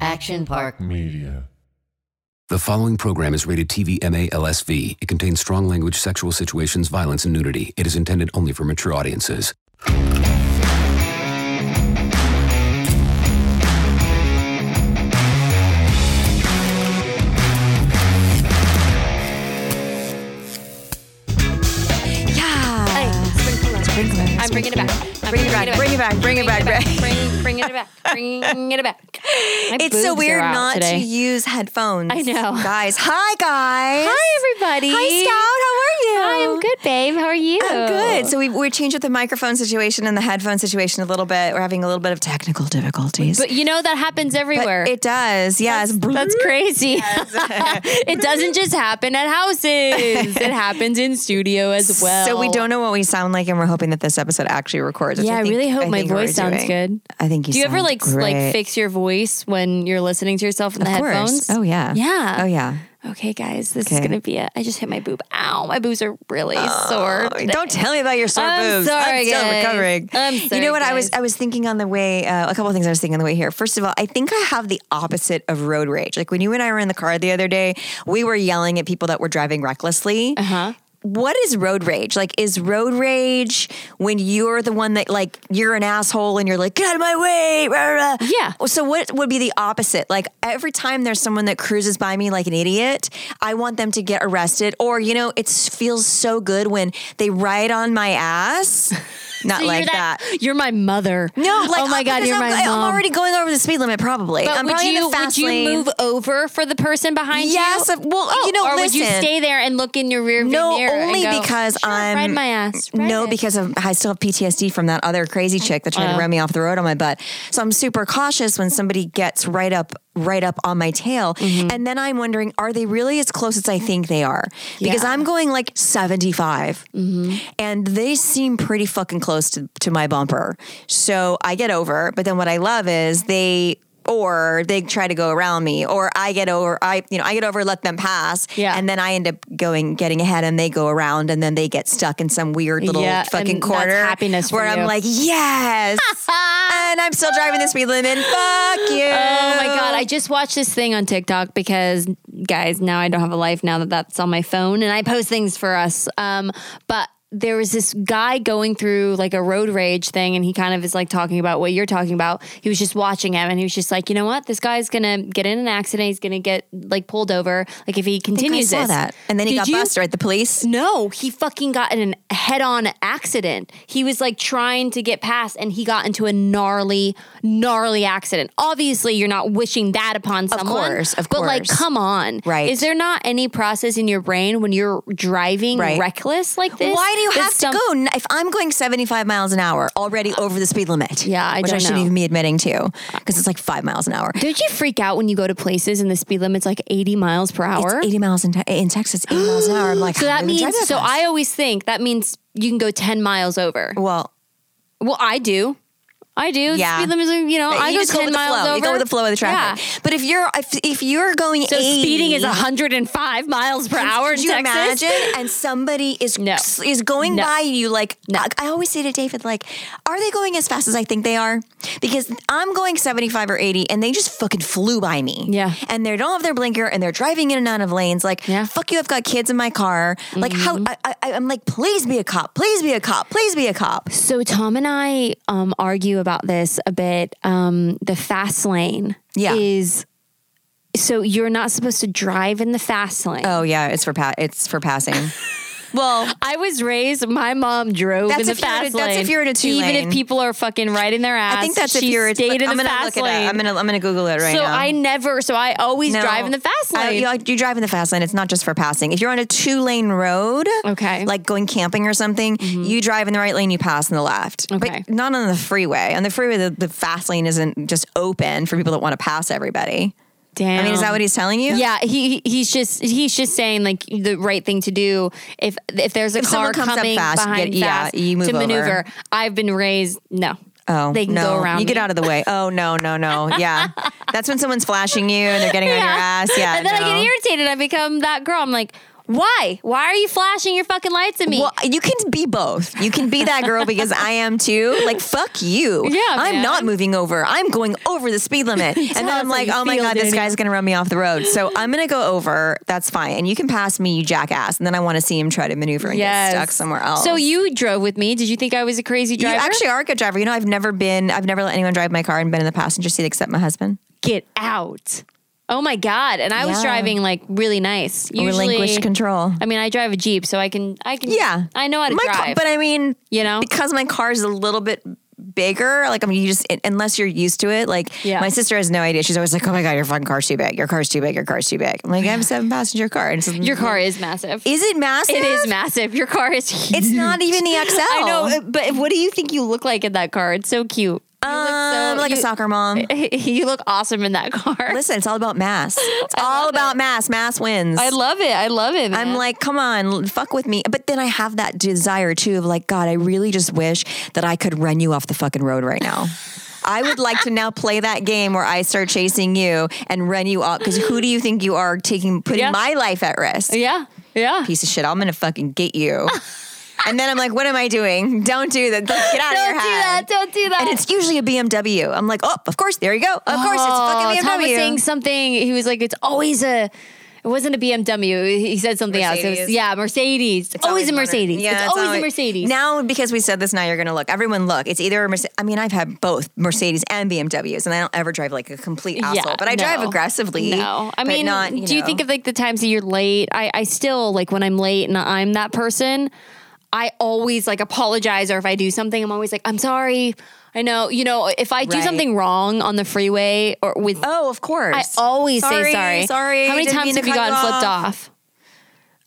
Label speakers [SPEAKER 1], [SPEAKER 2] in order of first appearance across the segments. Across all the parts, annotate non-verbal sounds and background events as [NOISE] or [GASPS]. [SPEAKER 1] Action Park
[SPEAKER 2] Media.
[SPEAKER 3] The following program is rated TV MA LSV. It contains strong language, sexual situations, violence, and nudity. It is intended only for mature audiences.
[SPEAKER 4] Yeah. I'm bringing it back. I'm
[SPEAKER 5] Bring it back, bring it back, bring it back,
[SPEAKER 4] Bring, bring it back. Bring it back. My
[SPEAKER 5] It's so
[SPEAKER 4] boobs are
[SPEAKER 5] weird
[SPEAKER 4] out
[SPEAKER 5] not
[SPEAKER 4] today.
[SPEAKER 5] to use headphones.
[SPEAKER 4] I know.
[SPEAKER 5] [LAUGHS] Guys. Hi, guys.
[SPEAKER 4] Hi, everybody.
[SPEAKER 5] Hi, Scout. How are
[SPEAKER 4] Hi,
[SPEAKER 5] you?
[SPEAKER 4] I'm good, babe. How are you?
[SPEAKER 5] I'm good. So we, we're changing up the microphone situation and the headphone situation a little bit. We're having a little bit of technical difficulties.
[SPEAKER 4] but you know that happens everywhere.
[SPEAKER 5] it does. Yes.
[SPEAKER 4] That's crazy. [LAUGHS] it doesn't just happen at houses. It happens in studio as well.
[SPEAKER 5] So we don't know what we sound like, and we're hoping that this episode actually records. which
[SPEAKER 4] Yeah, I
[SPEAKER 5] think-
[SPEAKER 4] really hope my
[SPEAKER 5] think we're
[SPEAKER 4] voice sounds
[SPEAKER 5] doing.
[SPEAKER 4] good.
[SPEAKER 5] I think you.
[SPEAKER 4] Do you ever
[SPEAKER 5] sound
[SPEAKER 4] like s-
[SPEAKER 5] great.
[SPEAKER 4] like fix your voice when you're listening to yourself in the
[SPEAKER 5] Of course.
[SPEAKER 4] headphones?
[SPEAKER 5] Oh yeah.
[SPEAKER 4] Yeah.
[SPEAKER 5] Oh yeah.
[SPEAKER 4] Okay, guys, this is
[SPEAKER 5] Okay. Oh,
[SPEAKER 4] gonna be it. I just hit my boob. Ow, my boobs are really sore. today.
[SPEAKER 5] Don't
[SPEAKER 4] [LAUGHS]
[SPEAKER 5] tell me about your sore
[SPEAKER 4] I'm
[SPEAKER 5] boobs.
[SPEAKER 4] sorry,
[SPEAKER 5] I'm still
[SPEAKER 4] guys.
[SPEAKER 5] recovering.
[SPEAKER 4] I'm
[SPEAKER 5] you
[SPEAKER 4] sorry,
[SPEAKER 5] know what I was
[SPEAKER 4] guys.
[SPEAKER 5] I was thinking on the way uh, a couple of things I was thinking on the way here. First of all, I think I have the opposite of road rage. Like when you and I were in the car the other day, we were yelling at people that were driving recklessly. Uh-huh. What is road rage? Like, is road rage when you're the one that, like, you're an asshole and you're like, get out of my way? rah, rah.
[SPEAKER 4] Yeah.
[SPEAKER 5] So, what would be the opposite? Like, every time there's someone that cruises by me like an idiot, I want them to get arrested. Or, you know, it feels so good when they ride on my ass. Not
[SPEAKER 4] So you're
[SPEAKER 5] like that.
[SPEAKER 4] You're my mother.
[SPEAKER 5] No, like uh,
[SPEAKER 4] oh my god,
[SPEAKER 5] because
[SPEAKER 4] you're
[SPEAKER 5] I'm,
[SPEAKER 4] my
[SPEAKER 5] I'm
[SPEAKER 4] mom.
[SPEAKER 5] already going over the speed limit, probably.
[SPEAKER 4] but
[SPEAKER 5] I'm
[SPEAKER 4] would
[SPEAKER 5] probably
[SPEAKER 4] you
[SPEAKER 5] in the fast
[SPEAKER 4] would you
[SPEAKER 5] lane.
[SPEAKER 4] move over for the person behind
[SPEAKER 5] Yes,
[SPEAKER 4] you? Oh,
[SPEAKER 5] of- well, you know,
[SPEAKER 4] or would you
[SPEAKER 5] listen.
[SPEAKER 4] stay there and look in your rear view
[SPEAKER 5] No,
[SPEAKER 4] mirror? and
[SPEAKER 5] only
[SPEAKER 4] go,
[SPEAKER 5] because
[SPEAKER 4] "Sure,
[SPEAKER 5] I'm
[SPEAKER 4] ride my ass. ride
[SPEAKER 5] no,
[SPEAKER 4] it."
[SPEAKER 5] because of, I still have PTSD from that other crazy chick that tried to run me off the road on my butt. So I'm super cautious when somebody gets right up, right up on my tail, and then I'm wondering, are they really as close as I think they are? Because
[SPEAKER 4] Yeah.
[SPEAKER 5] I'm going like 75, and they seem pretty fucking close to, to my bumper. So I get over, but then what I love is they. Or they try to go around me, or I get over. I, you know, I get over, let them pass,
[SPEAKER 4] Yeah.
[SPEAKER 5] and then I end up going, getting ahead, and they go around, and then they get stuck in some weird little
[SPEAKER 4] Yeah,
[SPEAKER 5] fucking
[SPEAKER 4] and that's
[SPEAKER 5] corner.
[SPEAKER 4] happiness for
[SPEAKER 5] where I'm
[SPEAKER 4] you.
[SPEAKER 5] like,
[SPEAKER 4] [LAUGHS]
[SPEAKER 5] yes, and I'm still driving the speed limit. Fuck you.
[SPEAKER 4] Oh my god! I just watched this thing on TikTok because, guys, now I don't have a life now that that's on my phone, and I post things for us. Um, but there was this guy going through like a road rage thing, and he kind of is like talking about what you're talking about. He was just watching him, and he was just like, you know what? This guy's gonna get in an accident. He's gonna get like pulled over. Like if he
[SPEAKER 5] I think I
[SPEAKER 4] continues
[SPEAKER 5] saw
[SPEAKER 4] this,
[SPEAKER 5] that, and then he
[SPEAKER 4] Did
[SPEAKER 5] got
[SPEAKER 4] you?
[SPEAKER 5] busted, right? The police.
[SPEAKER 4] No, he fucking got in a head on accident. He was like trying to get past and he got into a gnarly, gnarly accident. Obviously, you're not wishing that upon someone.
[SPEAKER 5] course, of
[SPEAKER 4] But like,
[SPEAKER 5] course.
[SPEAKER 4] come on.
[SPEAKER 5] Right.
[SPEAKER 4] Is there not any process in your brain when you're driving
[SPEAKER 5] Right.
[SPEAKER 4] reckless like this?
[SPEAKER 5] Why do you
[SPEAKER 4] that
[SPEAKER 5] have
[SPEAKER 4] some- Uh,
[SPEAKER 5] to go? n- If I'm going 75 miles an hour already over the speed limit,
[SPEAKER 4] Yeah, I
[SPEAKER 5] which I
[SPEAKER 4] don't
[SPEAKER 5] shouldn't
[SPEAKER 4] know.
[SPEAKER 5] even be admitting to, because it's like five miles an hour.
[SPEAKER 4] Don't you freak out when you go to places and the speed limit's like 80 miles per hour?
[SPEAKER 5] It's 80 miles in, te- in Texas, 80 miles an hour. I'm like,
[SPEAKER 4] so
[SPEAKER 5] how
[SPEAKER 4] that
[SPEAKER 5] do they drive
[SPEAKER 4] means, so
[SPEAKER 5] fast?
[SPEAKER 4] I always think that means you can go 10 miles over.
[SPEAKER 5] well,
[SPEAKER 4] Well, I do. I do. The
[SPEAKER 5] Yeah.
[SPEAKER 4] Speed limit, is, you know,
[SPEAKER 5] But
[SPEAKER 4] I
[SPEAKER 5] you
[SPEAKER 4] go
[SPEAKER 5] just go
[SPEAKER 4] ten
[SPEAKER 5] with the
[SPEAKER 4] miles
[SPEAKER 5] flow.
[SPEAKER 4] over.
[SPEAKER 5] You go with the flow of the traffic.
[SPEAKER 4] Yeah.
[SPEAKER 5] But if you're if, if you're going
[SPEAKER 4] So
[SPEAKER 5] 80,
[SPEAKER 4] speeding is 105 miles per hour in
[SPEAKER 5] Could you
[SPEAKER 4] Texas.
[SPEAKER 5] imagine? And somebody is
[SPEAKER 4] No.
[SPEAKER 5] is going
[SPEAKER 4] No.
[SPEAKER 5] by you like I, I always say to David, like, are they going as fast as I think they are? Because I'm going 75 or 80 and they just fucking flew by me.
[SPEAKER 4] Yeah.
[SPEAKER 5] And they don't have their blinker and they're driving in and out of lanes. Like,
[SPEAKER 4] Yeah. Mm-hmm.
[SPEAKER 5] fuck you, I've got kids in my car. Like how I, I I'm like, please be a cop, please be a cop, please be a cop.
[SPEAKER 4] So Tom and I um, argue about this a bit. Um, the fast lane
[SPEAKER 5] Yeah.
[SPEAKER 4] is so you're not supposed to drive in the fast lane.
[SPEAKER 5] Oh yeah, it's for pa- it's for passing. well,
[SPEAKER 4] I was raised. My mom drove
[SPEAKER 5] That's
[SPEAKER 4] in the
[SPEAKER 5] if you're in a-
[SPEAKER 4] fast lane.
[SPEAKER 5] that's if you're in a two
[SPEAKER 4] Even
[SPEAKER 5] lane.
[SPEAKER 4] if people are fucking riding their ass,
[SPEAKER 5] I think that's if
[SPEAKER 4] she
[SPEAKER 5] you're
[SPEAKER 4] stayed in
[SPEAKER 5] I'm
[SPEAKER 4] the
[SPEAKER 5] gonna look
[SPEAKER 4] fast
[SPEAKER 5] it
[SPEAKER 4] lane.
[SPEAKER 5] up. I'm gonna I'm gonna Google it right
[SPEAKER 4] so
[SPEAKER 5] now.
[SPEAKER 4] I never. So I always drive in the fast
[SPEAKER 5] I-
[SPEAKER 4] lane.
[SPEAKER 5] you, you drive in the fast lane. It's not just for passing. If you're on a two lane road,
[SPEAKER 4] Okay. Mm-hmm.
[SPEAKER 5] like going camping or something, you drive in the right lane, you pass in the left.
[SPEAKER 4] Okay.
[SPEAKER 5] But not on the freeway. On the freeway, the, the fast lane isn't just open for people that want to pass everybody.
[SPEAKER 4] Damn.
[SPEAKER 5] I mean, is that what he's telling you?
[SPEAKER 4] Oh. Yeah, he he- he's just he's just saying like the right thing to do if if there's a
[SPEAKER 5] If
[SPEAKER 4] car
[SPEAKER 5] someone comes up
[SPEAKER 4] coming
[SPEAKER 5] fast, you
[SPEAKER 4] behind
[SPEAKER 5] get- yeah,
[SPEAKER 4] fast
[SPEAKER 5] you move
[SPEAKER 4] to
[SPEAKER 5] over.
[SPEAKER 4] maneuver. I've been raised no.
[SPEAKER 5] Oh,
[SPEAKER 4] they can
[SPEAKER 5] no.
[SPEAKER 4] go around.
[SPEAKER 5] You get
[SPEAKER 4] me.
[SPEAKER 5] out of the way. Oh, no, no, no.
[SPEAKER 4] [LAUGHS]
[SPEAKER 5] Yeah. That's when someone's flashing you and they're getting on your ass. Yeah.
[SPEAKER 4] and then I
[SPEAKER 5] no.
[SPEAKER 4] get irritated. I become that girl. I'm like, Why? Why are you flashing your fucking lights at me?
[SPEAKER 5] Well, you can be both. You can be that girl because I am too. Like fuck you.
[SPEAKER 4] Yeah,
[SPEAKER 5] I'm
[SPEAKER 4] man.
[SPEAKER 5] not moving over. I'm going over the speed
[SPEAKER 4] [LAUGHS]
[SPEAKER 5] limit. and then
[SPEAKER 4] us
[SPEAKER 5] I'm
[SPEAKER 4] how
[SPEAKER 5] like,
[SPEAKER 4] you
[SPEAKER 5] oh my
[SPEAKER 4] feel,
[SPEAKER 5] god, this
[SPEAKER 4] Danielle.
[SPEAKER 5] guy's gonna run me off the road. So I'm gonna go over. That's fine. And you can pass me, you jackass. And then I want to see him try to maneuver and
[SPEAKER 4] Yes.
[SPEAKER 5] get stuck somewhere else.
[SPEAKER 4] So you drove with me. Did you think I was a crazy
[SPEAKER 5] you
[SPEAKER 4] driver?
[SPEAKER 5] actually are a good driver. You know, I've never been. I've never let anyone drive my car and been in the passenger seat except my husband.
[SPEAKER 4] get out. Oh my god! And I was
[SPEAKER 5] Yeah.
[SPEAKER 4] driving like really nice. Usually,
[SPEAKER 5] Relinquish control.
[SPEAKER 4] I mean, I drive a jeep, so I can, I can,
[SPEAKER 5] Yeah,
[SPEAKER 4] I know how to
[SPEAKER 5] my
[SPEAKER 4] drive.
[SPEAKER 5] Car, but I mean,
[SPEAKER 4] you know,
[SPEAKER 5] because my car is a little bit bigger like i mean you just unless you're used to it like
[SPEAKER 4] Yeah.
[SPEAKER 5] my sister has no idea she's always like oh my god your fucking car's too big your car's too big your car's too big i'm like i have a seven passenger car and so,
[SPEAKER 4] your
[SPEAKER 5] [LAUGHS]
[SPEAKER 4] car is massive.
[SPEAKER 5] is it massive
[SPEAKER 4] it is massive. Your car is huge. Oh.
[SPEAKER 5] it's not even the xl
[SPEAKER 4] [LAUGHS] I know, uh, but what do you think you look like in that car? It's so cute. You look so-
[SPEAKER 5] um, like a
[SPEAKER 4] you-
[SPEAKER 5] soccer
[SPEAKER 4] [LAUGHS]
[SPEAKER 5] mom
[SPEAKER 4] You look awesome in that car.
[SPEAKER 5] listen it's all about mass it's all about mass mass wins
[SPEAKER 4] I love it. I love it.
[SPEAKER 5] I'm
[SPEAKER 4] man.
[SPEAKER 5] like, come on, fuck with me. But then I have that desire too of like, God, I really just wish that I could run you off the fucking road right now. I would like to now play that game where I start chasing you and run you off. Because who do you think you are taking, putting
[SPEAKER 4] Yeah.
[SPEAKER 5] my life at risk?
[SPEAKER 4] yeah, yeah.
[SPEAKER 5] Piece of shit. I'm gonna fucking get you. and then I'm like, what am I doing? Don't do that. Get out of
[SPEAKER 4] Don't
[SPEAKER 5] your
[SPEAKER 4] do
[SPEAKER 5] head.
[SPEAKER 4] that. Don't do that.
[SPEAKER 5] And it's usually a BMW. I'm like, oh, of course, there you go. Of course, it's a fucking BMW.
[SPEAKER 4] Tom was Oh, saying something. He was like, "It's always a." It wasn't a BMW. He said something else. It was,
[SPEAKER 5] Mercedes.
[SPEAKER 4] yeah, Mercedes. It's, always, a
[SPEAKER 5] one or-
[SPEAKER 4] Mercedes.
[SPEAKER 5] Yeah,
[SPEAKER 4] it's, always, a Mercedes.
[SPEAKER 5] Now, because we said this, now you're going to look. Everyone, look. It's either a Mercedes. I mean, I've had both Mercedes and BMWs, and I don't ever drive like a complete
[SPEAKER 4] Yeah,
[SPEAKER 5] asshole, but I drive
[SPEAKER 4] no.
[SPEAKER 5] aggressively.
[SPEAKER 4] No, I
[SPEAKER 5] but
[SPEAKER 4] mean,
[SPEAKER 5] not, you
[SPEAKER 4] do you
[SPEAKER 5] know.
[SPEAKER 4] think of like the times that you're late? I, I still like when I'm late and I'm that person. I always like apologize, or if I do something, I'm always like, I'm sorry. I know, you know, if I do
[SPEAKER 5] Right.
[SPEAKER 4] something wrong on the freeway or with,
[SPEAKER 5] Oh, of course.
[SPEAKER 4] I always
[SPEAKER 5] sorry,
[SPEAKER 4] say sorry.
[SPEAKER 5] sorry,
[SPEAKER 4] How many
[SPEAKER 5] didn't mean
[SPEAKER 4] times
[SPEAKER 5] to
[SPEAKER 4] have you
[SPEAKER 5] cut
[SPEAKER 4] gotten
[SPEAKER 5] you
[SPEAKER 4] flipped
[SPEAKER 5] off.
[SPEAKER 4] off?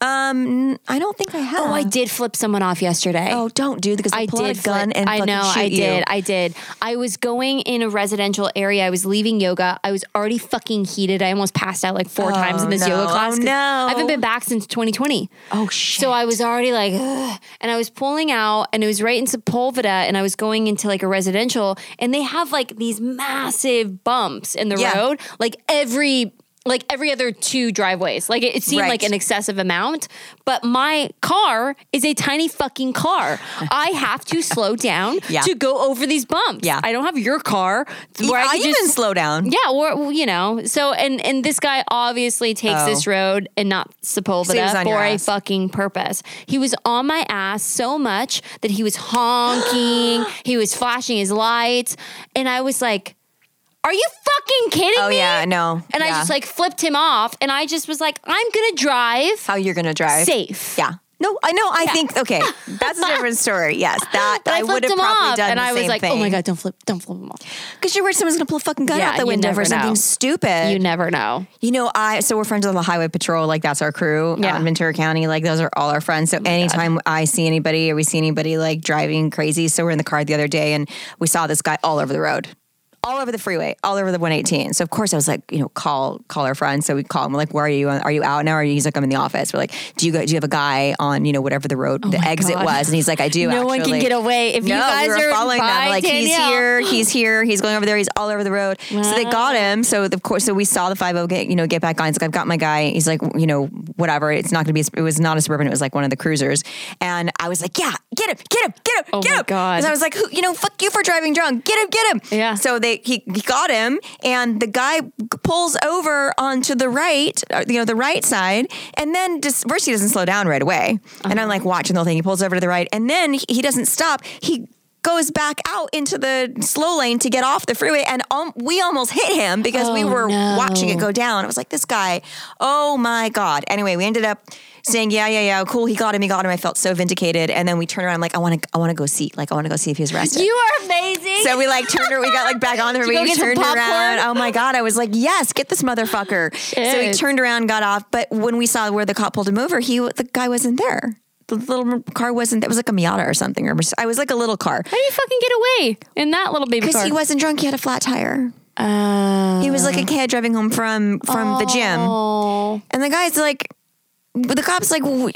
[SPEAKER 5] um, I don't think I have.
[SPEAKER 4] Oh, I did flip someone off yesterday.
[SPEAKER 5] Oh, don't do because
[SPEAKER 4] I
[SPEAKER 5] I pull
[SPEAKER 4] did
[SPEAKER 5] out a gun
[SPEAKER 4] flip-
[SPEAKER 5] and
[SPEAKER 4] I
[SPEAKER 5] fucking
[SPEAKER 4] know
[SPEAKER 5] shoot
[SPEAKER 4] I
[SPEAKER 5] you.
[SPEAKER 4] did. I did. I was going in a residential area. I was leaving yoga. I was already fucking heated. I almost passed out like four times in this
[SPEAKER 5] no.
[SPEAKER 4] yoga class.
[SPEAKER 5] Oh,
[SPEAKER 4] 'cause
[SPEAKER 5] no.
[SPEAKER 4] I haven't been back since 2020.
[SPEAKER 5] Oh shit.
[SPEAKER 4] So I was already like, Ugh. and I was pulling out, and it was right in Sepulveda, and I was going into like a residential, and they have like these massive bumps in the
[SPEAKER 5] Yeah.
[SPEAKER 4] road, like every like every other two driveways. Like it, it seemed
[SPEAKER 5] Right.
[SPEAKER 4] like an excessive amount, but my car is a tiny fucking car.
[SPEAKER 5] [LAUGHS]
[SPEAKER 4] I have to slow down
[SPEAKER 5] Yeah.
[SPEAKER 4] to go over these bumps.
[SPEAKER 5] Yeah.
[SPEAKER 4] I don't have your car where I,
[SPEAKER 5] I,
[SPEAKER 4] can
[SPEAKER 5] even
[SPEAKER 4] just
[SPEAKER 5] slow down.
[SPEAKER 4] yeah, or well, you know, so and and this guy obviously takes
[SPEAKER 5] Oh.
[SPEAKER 4] this road and not
[SPEAKER 5] So he was
[SPEAKER 4] Sepulveda
[SPEAKER 5] on your
[SPEAKER 4] for a
[SPEAKER 5] ass.
[SPEAKER 4] fucking purpose. He was on my ass so much that he was
[SPEAKER 5] [GASPS]
[SPEAKER 4] honking, he was flashing his lights, and I was like, "Are you fucking kidding
[SPEAKER 5] Oh
[SPEAKER 4] me?"
[SPEAKER 5] yeah, no.
[SPEAKER 4] And I
[SPEAKER 5] Yeah.
[SPEAKER 4] just like flipped him off, and I just was like, "I'm gonna drive
[SPEAKER 5] how you're gonna drive.
[SPEAKER 4] safe."
[SPEAKER 5] Yeah. No, I know. I think
[SPEAKER 4] [LAUGHS]
[SPEAKER 5] okay. That's a different story. Yes, that
[SPEAKER 4] But I,
[SPEAKER 5] I,
[SPEAKER 4] flipped
[SPEAKER 5] would have
[SPEAKER 4] him
[SPEAKER 5] probably
[SPEAKER 4] off,
[SPEAKER 5] done
[SPEAKER 4] and
[SPEAKER 5] the
[SPEAKER 4] I was
[SPEAKER 5] same
[SPEAKER 4] like,
[SPEAKER 5] thing.
[SPEAKER 4] "Oh my god, don't flip, don't flip him off."
[SPEAKER 5] Because you're worried someone's going to pull a fucking gun
[SPEAKER 4] Yeah,
[SPEAKER 5] out the
[SPEAKER 4] you
[SPEAKER 5] window
[SPEAKER 4] never
[SPEAKER 5] for something
[SPEAKER 4] know.
[SPEAKER 5] stupid.
[SPEAKER 4] You
[SPEAKER 5] You know,
[SPEAKER 4] never know.
[SPEAKER 5] I so we're friends with the highway patrol. Like that's our crew
[SPEAKER 4] Yeah. Oh
[SPEAKER 5] out in Ventura County. Like those are all our friends. So anytime I see anybody or we see anybody like driving crazy, so we're in the car the other day and we saw this guy all over the road. All over the freeway, all over the 118. So of course I was like, you know, call call our friend. So we call him. We're like, where are you? Are you out now? Or he's like, I'm in the office. We're like, do you go, do you have a guy on you know whatever the road the exit
[SPEAKER 4] Oh God.
[SPEAKER 5] was? And he's like, I do.
[SPEAKER 4] No one can
[SPEAKER 5] actually."
[SPEAKER 4] get away if you guys
[SPEAKER 5] we were
[SPEAKER 4] are
[SPEAKER 5] following
[SPEAKER 4] by
[SPEAKER 5] them. Like he's
[SPEAKER 4] Danielle.
[SPEAKER 5] here, he's here, he's going over there, he's all over the road. So they got him. So of course, so we saw the five O get you know get back on. He's like, I've got my guy. He's like, you know, whatever. It's not gonna be. a- It was not a suburban. It was like one of the cruisers. And I was like, yeah, get him, get him, get him,
[SPEAKER 4] Oh
[SPEAKER 5] get
[SPEAKER 4] my
[SPEAKER 5] him.
[SPEAKER 4] God.
[SPEAKER 5] And I was like, Who, you know, fuck you for driving drunk. Get him, get him.
[SPEAKER 4] Yeah.
[SPEAKER 5] So they he, he got him, and the guy pulls over onto the right, uh, you know, the right side, and then just first he doesn't slow down right away, and
[SPEAKER 4] Uh-huh.
[SPEAKER 5] I'm like watching the whole thing. He pulls over to the right, and then he, he doesn't stop. He goes back out into the slow lane to get off the freeway and um, we almost hit him because we
[SPEAKER 4] Oh,
[SPEAKER 5] were
[SPEAKER 4] no.
[SPEAKER 5] watching it go down. I was like this guy, oh my god. Anyway, we ended up saying yeah, yeah, yeah, cool, he got him, he got him. I felt so vindicated and then we turned around I'm like I want to I want to go see like I want to go see if he was arrested.
[SPEAKER 4] You are amazing.
[SPEAKER 5] So we like turned her. We got like back on the
[SPEAKER 4] you go
[SPEAKER 5] we
[SPEAKER 4] get some
[SPEAKER 5] turned
[SPEAKER 4] popcorn?
[SPEAKER 5] around. Oh my god! I was like, yes, get this motherfucker. So we
[SPEAKER 4] Shit.
[SPEAKER 5] turned around, got off. But when we saw where the cop pulled him over, he the guy wasn't there. The little car wasn't. It was like a Miata or something. Or I was like a little car
[SPEAKER 4] How do you fucking get away in that little baby
[SPEAKER 5] because
[SPEAKER 4] car?
[SPEAKER 5] he wasn't drunk. He had a flat tire.
[SPEAKER 4] Uh,
[SPEAKER 5] He was like a kid driving home from from the gym,
[SPEAKER 4] oh.
[SPEAKER 5] and the guy's like, the cop's like, "W-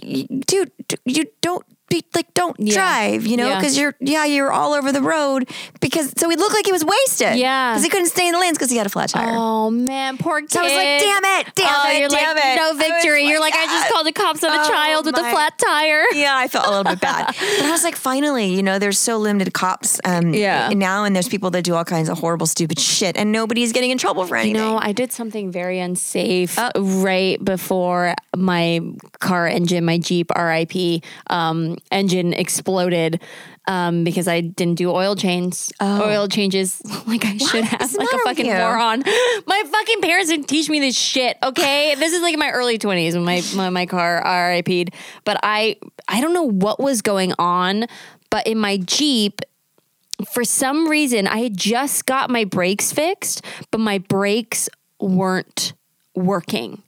[SPEAKER 5] dude, d- you don't. be- be like, don't drive, you know,
[SPEAKER 4] Yeah.
[SPEAKER 5] because you're, yeah, you're all over the road because, so he looked like he was wasted.
[SPEAKER 4] Yeah.
[SPEAKER 5] Because he couldn't stay in the lanes because he had a flat tire.
[SPEAKER 4] Oh man, poor kid.
[SPEAKER 5] I was like, damn it, damn
[SPEAKER 4] oh,
[SPEAKER 5] it,
[SPEAKER 4] you're
[SPEAKER 5] damn
[SPEAKER 4] like,
[SPEAKER 5] it. I
[SPEAKER 4] No
[SPEAKER 5] was
[SPEAKER 4] victory. you're like,
[SPEAKER 5] like,
[SPEAKER 4] I just called the cops on a
[SPEAKER 5] Oh,
[SPEAKER 4] child with a
[SPEAKER 5] my-
[SPEAKER 4] flat tire.
[SPEAKER 5] Yeah, I felt a little bit bad.
[SPEAKER 4] [LAUGHS]
[SPEAKER 5] But I was like, finally, you know, there's so limited cops um,
[SPEAKER 4] Yeah.
[SPEAKER 5] now, and there's people that do all kinds of horrible, stupid shit, and nobody's getting in trouble for anything.
[SPEAKER 4] No, I did something very unsafe right before my car engine, my Jeep RIP um, engine exploded um, because I didn't do oil change, oil changes [LAUGHS] like I should have,
[SPEAKER 5] What's the
[SPEAKER 4] like
[SPEAKER 5] matter
[SPEAKER 4] a
[SPEAKER 5] with
[SPEAKER 4] fucking
[SPEAKER 5] you?
[SPEAKER 4] moron. [LAUGHS] My fucking parents didn't teach me this shit. Okay, [LAUGHS] this is like in my early twenties when my when my car RIP'd, but I I don't know what was going on, but in my Jeep for some reason I had just got my brakes fixed, but my brakes weren't working.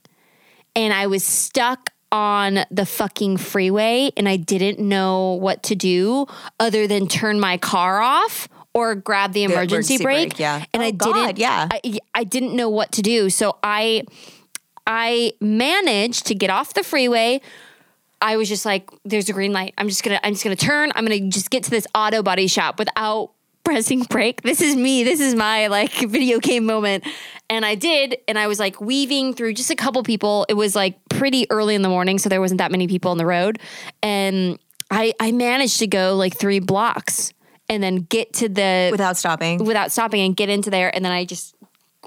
[SPEAKER 4] And I was stuck on the fucking freeway and I didn't know what to do other than turn my car off or grab the emergency,
[SPEAKER 5] emergency
[SPEAKER 4] brake.
[SPEAKER 5] brake, yeah.
[SPEAKER 4] And
[SPEAKER 5] Oh,
[SPEAKER 4] I
[SPEAKER 5] God,
[SPEAKER 4] didn't
[SPEAKER 5] yeah.
[SPEAKER 4] I, I didn't know what to do. So I I managed to get off the freeway. I was just like, there's a green light. I'm just gonna I'm just gonna turn. I'm gonna just get to this auto body shop without pressing brake. This is me. This is my like video game moment. And I did, and I was like weaving through just a couple people. It was like pretty early in the morning, so there wasn't that many people on the road. And I I managed to go like three blocks and then get to the
[SPEAKER 5] Without stopping.
[SPEAKER 4] without stopping and get into there and then I just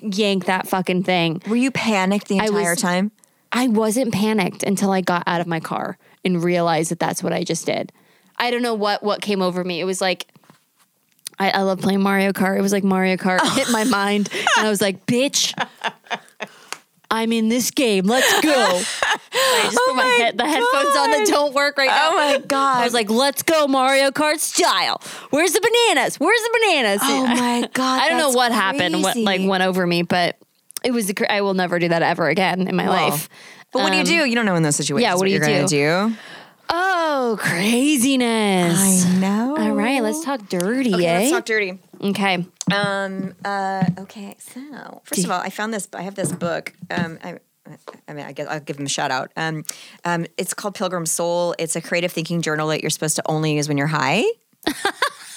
[SPEAKER 4] yank that fucking thing.
[SPEAKER 5] Were you panicked the
[SPEAKER 4] was-
[SPEAKER 5] entire time?
[SPEAKER 4] I wasn't panicked until I got out of my car and realized that that's what I just did. I don't know what what came over me. It was like I, I love playing Mario Kart. It was like Mario Kart
[SPEAKER 5] Oh.
[SPEAKER 4] hit my mind, and I was like, "Bitch, I'm in this game. Let's
[SPEAKER 5] [LAUGHS]
[SPEAKER 4] go." I just put my,
[SPEAKER 5] Oh my
[SPEAKER 4] head, the headphones on that
[SPEAKER 5] God.
[SPEAKER 4] don't work right now.
[SPEAKER 5] Oh my
[SPEAKER 4] I
[SPEAKER 5] God.
[SPEAKER 4] was like, "Let's go, Mario Kart style. Where's the bananas? Where's the bananas?"
[SPEAKER 5] Oh
[SPEAKER 4] [LAUGHS]
[SPEAKER 5] my God.
[SPEAKER 4] I don't know
[SPEAKER 5] that's
[SPEAKER 4] what happened, what like
[SPEAKER 5] crazy.
[SPEAKER 4] went over me, but it was. The, cra- I will never do that ever again in my
[SPEAKER 5] Wow.
[SPEAKER 4] life.
[SPEAKER 5] But what do you do? You don't know in those situations.
[SPEAKER 4] um, yeah, what do
[SPEAKER 5] you're
[SPEAKER 4] you
[SPEAKER 5] gonna do?
[SPEAKER 4] Oh, craziness!
[SPEAKER 5] I know.
[SPEAKER 4] All right, let's talk dirty,
[SPEAKER 5] Okay,
[SPEAKER 4] eh?
[SPEAKER 5] let's talk dirty.
[SPEAKER 4] okay.
[SPEAKER 5] Um. Uh. Okay. So first of all, I found this. I have this book. Um. I. I mean, I guess I'll give him a shout out. Um, um, it's called Pilgrim Soul. It's a creative thinking journal that you're supposed to only use when you're high.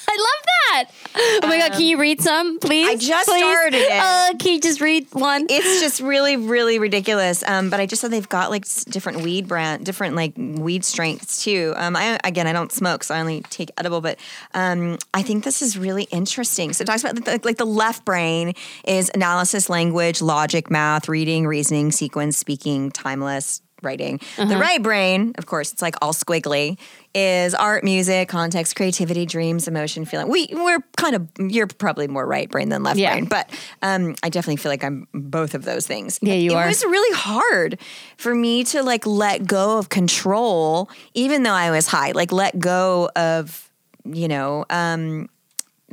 [SPEAKER 4] I love that. Oh my god, can you read some, please?
[SPEAKER 5] Um, I just
[SPEAKER 4] Please?
[SPEAKER 5] started it.
[SPEAKER 4] Uh, can you just read [LAUGHS] one?
[SPEAKER 5] It's just really, really ridiculous. Um, but I just saw they've got like s- different weed brand, different like weed strengths too. Um, I again, I don't smoke, so I only take edible. But um, I think this is really interesting. So it talks about like, like the left brain is analysis, language, logic, math, reading, reasoning, sequence, speaking, timeless. Writing. The right brain, of course, it's like all squiggly, is art, music, context, creativity, dreams, emotion, feeling. We we're kind of you're probably more right brain than left
[SPEAKER 4] Yeah.
[SPEAKER 5] brain, but um, I definitely feel like I'm both of those things.
[SPEAKER 4] Yeah, you
[SPEAKER 5] it
[SPEAKER 4] are.
[SPEAKER 5] was really hard for me to like let go of control, even though I was high. Like let go of, you know, um,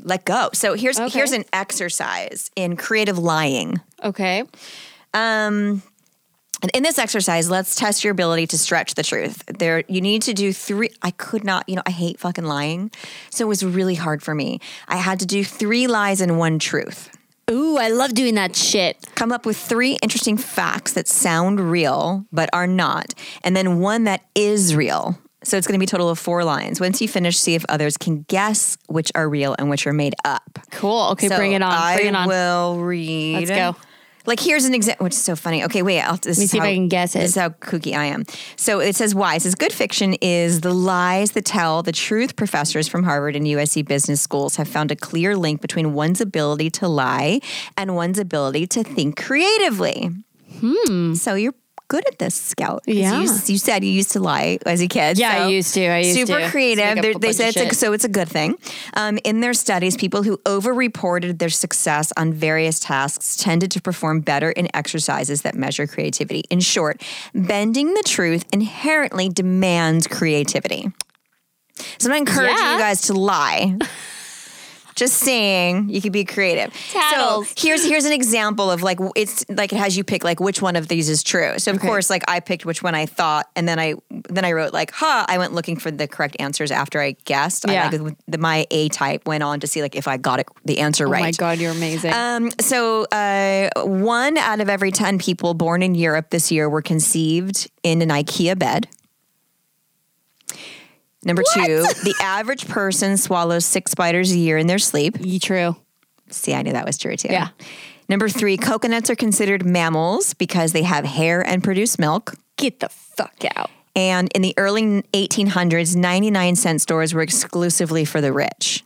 [SPEAKER 5] let go. So here's
[SPEAKER 4] Okay.
[SPEAKER 5] here's an exercise in creative lying.
[SPEAKER 4] okay.
[SPEAKER 5] And in this exercise, let's test your ability to stretch the truth. There, you need to do three. I could not, you know, I hate fucking lying, so it was really hard for me. I had to do three lies and one truth.
[SPEAKER 4] Ooh, I love doing that shit.
[SPEAKER 5] come up with three interesting facts that sound real but are not, and then one that is real. So it's going to be a total of four lines. Once you finish, see if others can guess which are real and which are made up.
[SPEAKER 4] Cool. Okay, bring it on.
[SPEAKER 5] I
[SPEAKER 4] bring it on.
[SPEAKER 5] will read.
[SPEAKER 4] Let's go.
[SPEAKER 5] Like here's an example, which is so funny. Okay, wait. I'll, this
[SPEAKER 4] me
[SPEAKER 5] is
[SPEAKER 4] see if
[SPEAKER 5] how-
[SPEAKER 4] I can guess it.
[SPEAKER 5] This is how kooky I am. So it says why. It says good fiction is the lies that tell the truth. Professors from Harvard and USC business schools have found a clear link between one's ability to lie and one's ability to think creatively. Hmm. So you're good at this, Scout. 'cause
[SPEAKER 4] Yeah.
[SPEAKER 5] You, you said you used to lie as a kid.
[SPEAKER 4] Yeah, I
[SPEAKER 5] so
[SPEAKER 4] used to. I used
[SPEAKER 5] super
[SPEAKER 4] to. Make
[SPEAKER 5] creative.
[SPEAKER 4] up
[SPEAKER 5] They- They
[SPEAKER 4] a bunch
[SPEAKER 5] said
[SPEAKER 4] of
[SPEAKER 5] it's a,
[SPEAKER 4] shit.
[SPEAKER 5] so it's a good thing. Um, in their studies, people who overreported their success on various tasks tended to perform better in exercises that measure creativity. In short, bending the truth inherently demands creativity. So I'm not encouraging
[SPEAKER 4] Yeah.
[SPEAKER 5] you guys to
[SPEAKER 4] [LAUGHS]
[SPEAKER 5] lie. Just saying, you could be creative.
[SPEAKER 4] Tattles.
[SPEAKER 5] So here's here's an example of like w- it's like it has you pick like which one of these is true. So of course, like I picked which one I thought, and then I then I wrote like, huh. I went looking for the correct answers after I guessed.
[SPEAKER 4] Yeah.
[SPEAKER 5] I, like, with the, my A type went on to see like if I got it, the answer
[SPEAKER 4] Oh
[SPEAKER 5] right.
[SPEAKER 4] my god, you're amazing.
[SPEAKER 5] Um, so, uh, one out of every 10 people born in Europe this year were conceived in an IKEA bed. Number two, the average person swallows six spiders a year in their sleep.
[SPEAKER 4] Y- True.
[SPEAKER 5] See, I knew that was true too.
[SPEAKER 4] Yeah.
[SPEAKER 5] Number three, coconuts are considered mammals because they have hair and produce milk.
[SPEAKER 4] Get the fuck out.
[SPEAKER 5] And in the early 1800s, 99 cent stores were exclusively for the rich.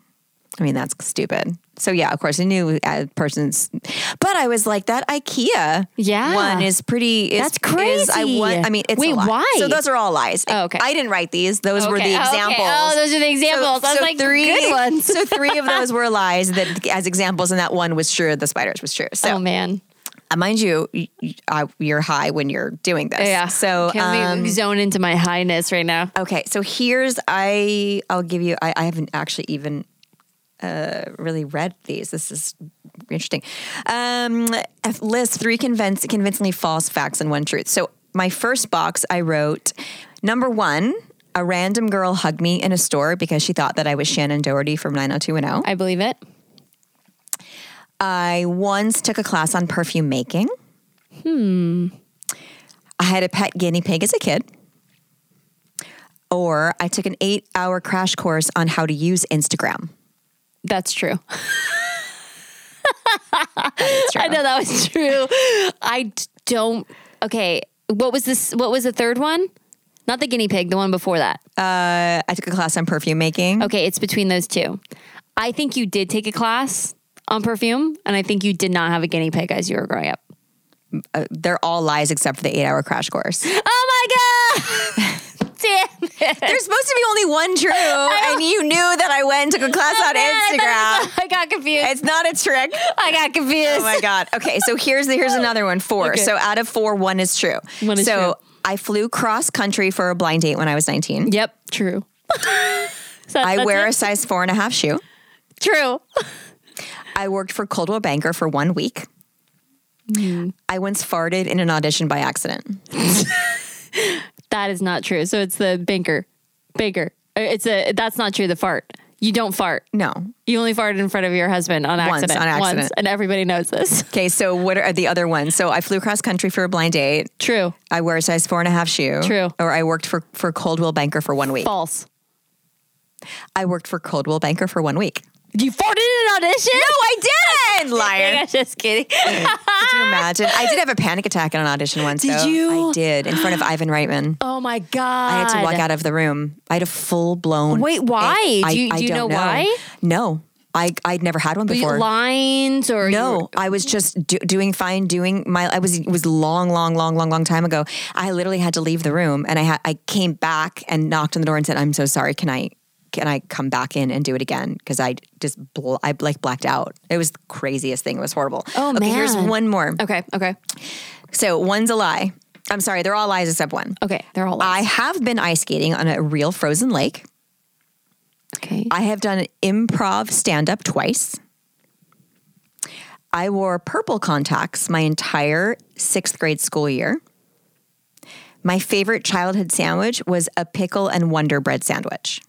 [SPEAKER 5] I mean, that's stupid. So, yeah, of course, I knew uh, persons, but I was like, that IKEA
[SPEAKER 4] Yeah.
[SPEAKER 5] one is pretty. Is,
[SPEAKER 4] That's
[SPEAKER 5] Is, I,
[SPEAKER 4] crazy.
[SPEAKER 5] want, I mean, it's a
[SPEAKER 4] Wait,
[SPEAKER 5] lie.
[SPEAKER 4] why?
[SPEAKER 5] So, those are all lies.
[SPEAKER 4] Oh, okay.
[SPEAKER 5] I didn't write these, those were the
[SPEAKER 4] Okay.
[SPEAKER 5] examples.
[SPEAKER 4] Oh, okay. Oh, those are the examples. I was like, good
[SPEAKER 5] [LAUGHS]
[SPEAKER 4] ones.
[SPEAKER 5] so three of
[SPEAKER 4] [LAUGHS]
[SPEAKER 5] those were lies that as examples, and that one was sure the spiders was true. So
[SPEAKER 4] Oh man.
[SPEAKER 5] uh, mind you, y- y- uh, you're high when you're doing this.
[SPEAKER 4] Yeah.
[SPEAKER 5] So
[SPEAKER 4] can we
[SPEAKER 5] um,
[SPEAKER 4] zone into my highness right now?
[SPEAKER 5] okay, so here's I I'll give you I, I haven't actually even uh, really read these. This is interesting. Um, F- list three convince, convincingly false facts and one truth. So my first box I wrote number one. A random girl hugged me in a store because she thought that I was Shannon Doherty from 90210.
[SPEAKER 4] I believe it.
[SPEAKER 5] I once took a class on perfume making. Hmm. I had a pet guinea pig as a kid. Or I took an eight hour crash course on how to use Instagram.
[SPEAKER 4] That's true.
[SPEAKER 5] That's
[SPEAKER 4] [LAUGHS] I
[SPEAKER 5] true.
[SPEAKER 4] know that was [LAUGHS] true. I d- don't. Okay, what was this? What was the third one? Not the guinea pig. The one before that.
[SPEAKER 5] Uh, I took a class on perfume making.
[SPEAKER 4] Okay, it's between those two. I think you did take a class on perfume, and I think you did not have a guinea pig as you were growing up.
[SPEAKER 5] They're all lies except for the eight hour crash
[SPEAKER 4] [LAUGHS]
[SPEAKER 5] course.
[SPEAKER 4] Oh my god! [LAUGHS] Damn it!
[SPEAKER 5] [LAUGHS] There's supposed to be only one true, and you knew that I went and took a class on
[SPEAKER 4] Man, I, [LAUGHS]
[SPEAKER 5] Instagram.
[SPEAKER 4] thought- I got confused.
[SPEAKER 5] It's not a trick.
[SPEAKER 4] I got confused.
[SPEAKER 5] Oh my god. Okay, so here's the, here's
[SPEAKER 4] [LAUGHS]
[SPEAKER 5] another one. Four.
[SPEAKER 4] Okay.
[SPEAKER 5] So out of four, one is true.
[SPEAKER 4] One is
[SPEAKER 5] so
[SPEAKER 4] true.
[SPEAKER 5] I flew cross country for a blind date when I was 19.
[SPEAKER 4] Yep, true.
[SPEAKER 5] [LAUGHS]
[SPEAKER 4] So
[SPEAKER 5] I
[SPEAKER 4] that's
[SPEAKER 5] wear
[SPEAKER 4] it.
[SPEAKER 5] a size four and a half shoe.
[SPEAKER 4] true.
[SPEAKER 5] I worked for Coldwell Banker for one week.
[SPEAKER 4] Hmm.
[SPEAKER 5] I once farted in an audition by accident.
[SPEAKER 4] That is not true. So it's the banker, banker. Uh, It's a that's not true. The fart. You don't fart.
[SPEAKER 5] No.
[SPEAKER 4] You only farted in front of your husband on
[SPEAKER 5] Once,
[SPEAKER 4] accident.
[SPEAKER 5] on accident.
[SPEAKER 4] Once, and everybody knows this. [LAUGHS]
[SPEAKER 5] Okay, so what are the other ones? So I flew cross country for a blind date.
[SPEAKER 4] True.
[SPEAKER 5] I wear a size four and a half shoe.
[SPEAKER 4] True.
[SPEAKER 5] Or I worked for, for Coldwell Banker for one week.
[SPEAKER 4] False.
[SPEAKER 5] I worked for Coldwell Banker for one week.
[SPEAKER 4] You farted in an audition? No, I [LAUGHS]
[SPEAKER 5] Didn't liar.
[SPEAKER 4] I'm just kidding. [LAUGHS]
[SPEAKER 5] Could you imagine? I did have a panic attack in an
[SPEAKER 4] [GASPS]
[SPEAKER 5] audition once.
[SPEAKER 4] Ah, Did
[SPEAKER 5] though.
[SPEAKER 4] you?
[SPEAKER 5] I did in front
[SPEAKER 4] [GASPS]
[SPEAKER 5] of Ivan Reitman.
[SPEAKER 4] Oh my god!
[SPEAKER 5] I had to walk out of the room. I had a full blown.
[SPEAKER 4] Wait, why? Do you- do you
[SPEAKER 5] don't
[SPEAKER 4] know why?
[SPEAKER 5] No, I I'd never had one before.
[SPEAKER 4] Lines or you
[SPEAKER 5] No, I was just do, doing fine, doing my. I was it was long, long, long, long, long time ago. I literally had to leave the room, and I ha- I came back and knocked on the door and said, "I'm so sorry. Can I can I come back in and do it again?" Because I just bl- I like blacked out. It was the craziest thing. It was horrible.
[SPEAKER 4] Oh,
[SPEAKER 5] okay, Here's
[SPEAKER 4] man.
[SPEAKER 5] one more.
[SPEAKER 4] Okay, okay,
[SPEAKER 5] So one's a lie. I'm sorry, they're all lies except one.
[SPEAKER 4] okay. They're all
[SPEAKER 5] I have been ice skating on a real frozen lake.
[SPEAKER 4] okay.
[SPEAKER 5] I have done improv stand up twice. I wore purple contacts my entire sixth grade school year. My favorite childhood sandwich was a pickle and Wonder Bread sandwich.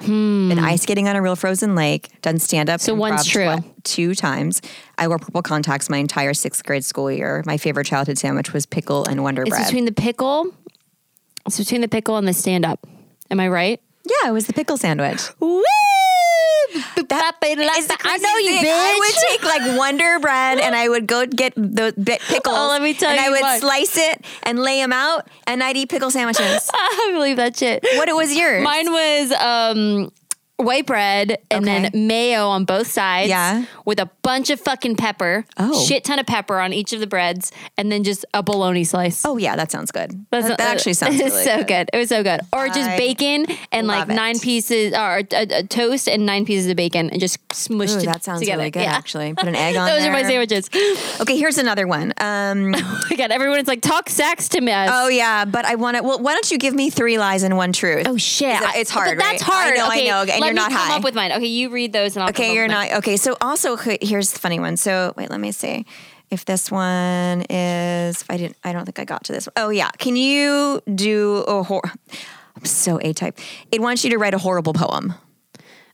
[SPEAKER 5] Been ice skating on a real frozen lake, done stand up.
[SPEAKER 4] Hmm. So one's true.
[SPEAKER 5] two times. I wore purple contacts my entire sixth grade school year. My favorite childhood sandwich was pickle and Wonder
[SPEAKER 4] it's
[SPEAKER 5] Bread.
[SPEAKER 4] between the pickle. It's between the pickle and the stand up. Am I right?
[SPEAKER 5] yeah, it was the pickle sandwich.
[SPEAKER 4] [GASPS] Woo!
[SPEAKER 5] That is the
[SPEAKER 4] I
[SPEAKER 5] craziest
[SPEAKER 4] know you,
[SPEAKER 5] thing.
[SPEAKER 4] bitch.
[SPEAKER 5] I would take like Wonder Bread and I would go get the bit pickles.
[SPEAKER 4] Oh, let me tell
[SPEAKER 5] and
[SPEAKER 4] you
[SPEAKER 5] I would
[SPEAKER 4] what.
[SPEAKER 5] slice it and lay them out, and I'd eat pickle
[SPEAKER 4] [LAUGHS]
[SPEAKER 5] sandwiches.
[SPEAKER 4] [LAUGHS] I believe that shit.
[SPEAKER 5] what it was yours?
[SPEAKER 4] Mine was um, white bread and
[SPEAKER 5] Okay.
[SPEAKER 4] then mayo on both sides.
[SPEAKER 5] Yeah.
[SPEAKER 4] With a bunch of fucking pepper.
[SPEAKER 5] Oh.
[SPEAKER 4] Shit ton of pepper on each of the breads. And then just a bologna slice.
[SPEAKER 5] Oh yeah, that sounds good.
[SPEAKER 4] That's- uh,
[SPEAKER 5] that, that
[SPEAKER 4] [LAUGHS]
[SPEAKER 5] actually sounds
[SPEAKER 4] it's
[SPEAKER 5] really
[SPEAKER 4] so
[SPEAKER 5] good.
[SPEAKER 4] It was so good. Or just
[SPEAKER 5] I
[SPEAKER 4] bacon and like
[SPEAKER 5] love it.
[SPEAKER 4] nine pieces, uh, or a, a toast and nine pieces of bacon, and just smushed
[SPEAKER 5] Ooh,
[SPEAKER 4] it
[SPEAKER 5] that sounds
[SPEAKER 4] together.
[SPEAKER 5] really good.
[SPEAKER 4] Yeah.
[SPEAKER 5] Actually, put an
[SPEAKER 4] [LAUGHS]
[SPEAKER 5] egg on
[SPEAKER 4] Those are my
[SPEAKER 5] there.
[SPEAKER 4] sandwiches. [GASPS] Oh
[SPEAKER 5] Okay, here's another one.
[SPEAKER 4] [LAUGHS]
[SPEAKER 5] Um,
[SPEAKER 4] my god! Everyone is like, talk sex to me.
[SPEAKER 5] oh yeah, but I want to. Well, why don't you give me three lies and one truth?
[SPEAKER 4] Oh shit!
[SPEAKER 5] It's- it's hard,
[SPEAKER 4] But that's
[SPEAKER 5] right? I
[SPEAKER 4] hard.
[SPEAKER 5] know, I
[SPEAKER 4] okay,
[SPEAKER 5] know, and
[SPEAKER 4] let
[SPEAKER 5] you're
[SPEAKER 4] me
[SPEAKER 5] not
[SPEAKER 4] come
[SPEAKER 5] high.
[SPEAKER 4] up with mine. Okay, you read those, and I'll. come
[SPEAKER 5] Okay,
[SPEAKER 4] up
[SPEAKER 5] you're
[SPEAKER 4] with mine.
[SPEAKER 5] not. Okay, so also okay, here's the funny one. So wait, let me see if this one is. If I didn't, I don't think I got to this. Oh yeah, can you do a hor? I'm so a type. It wants you to write a horrible poem.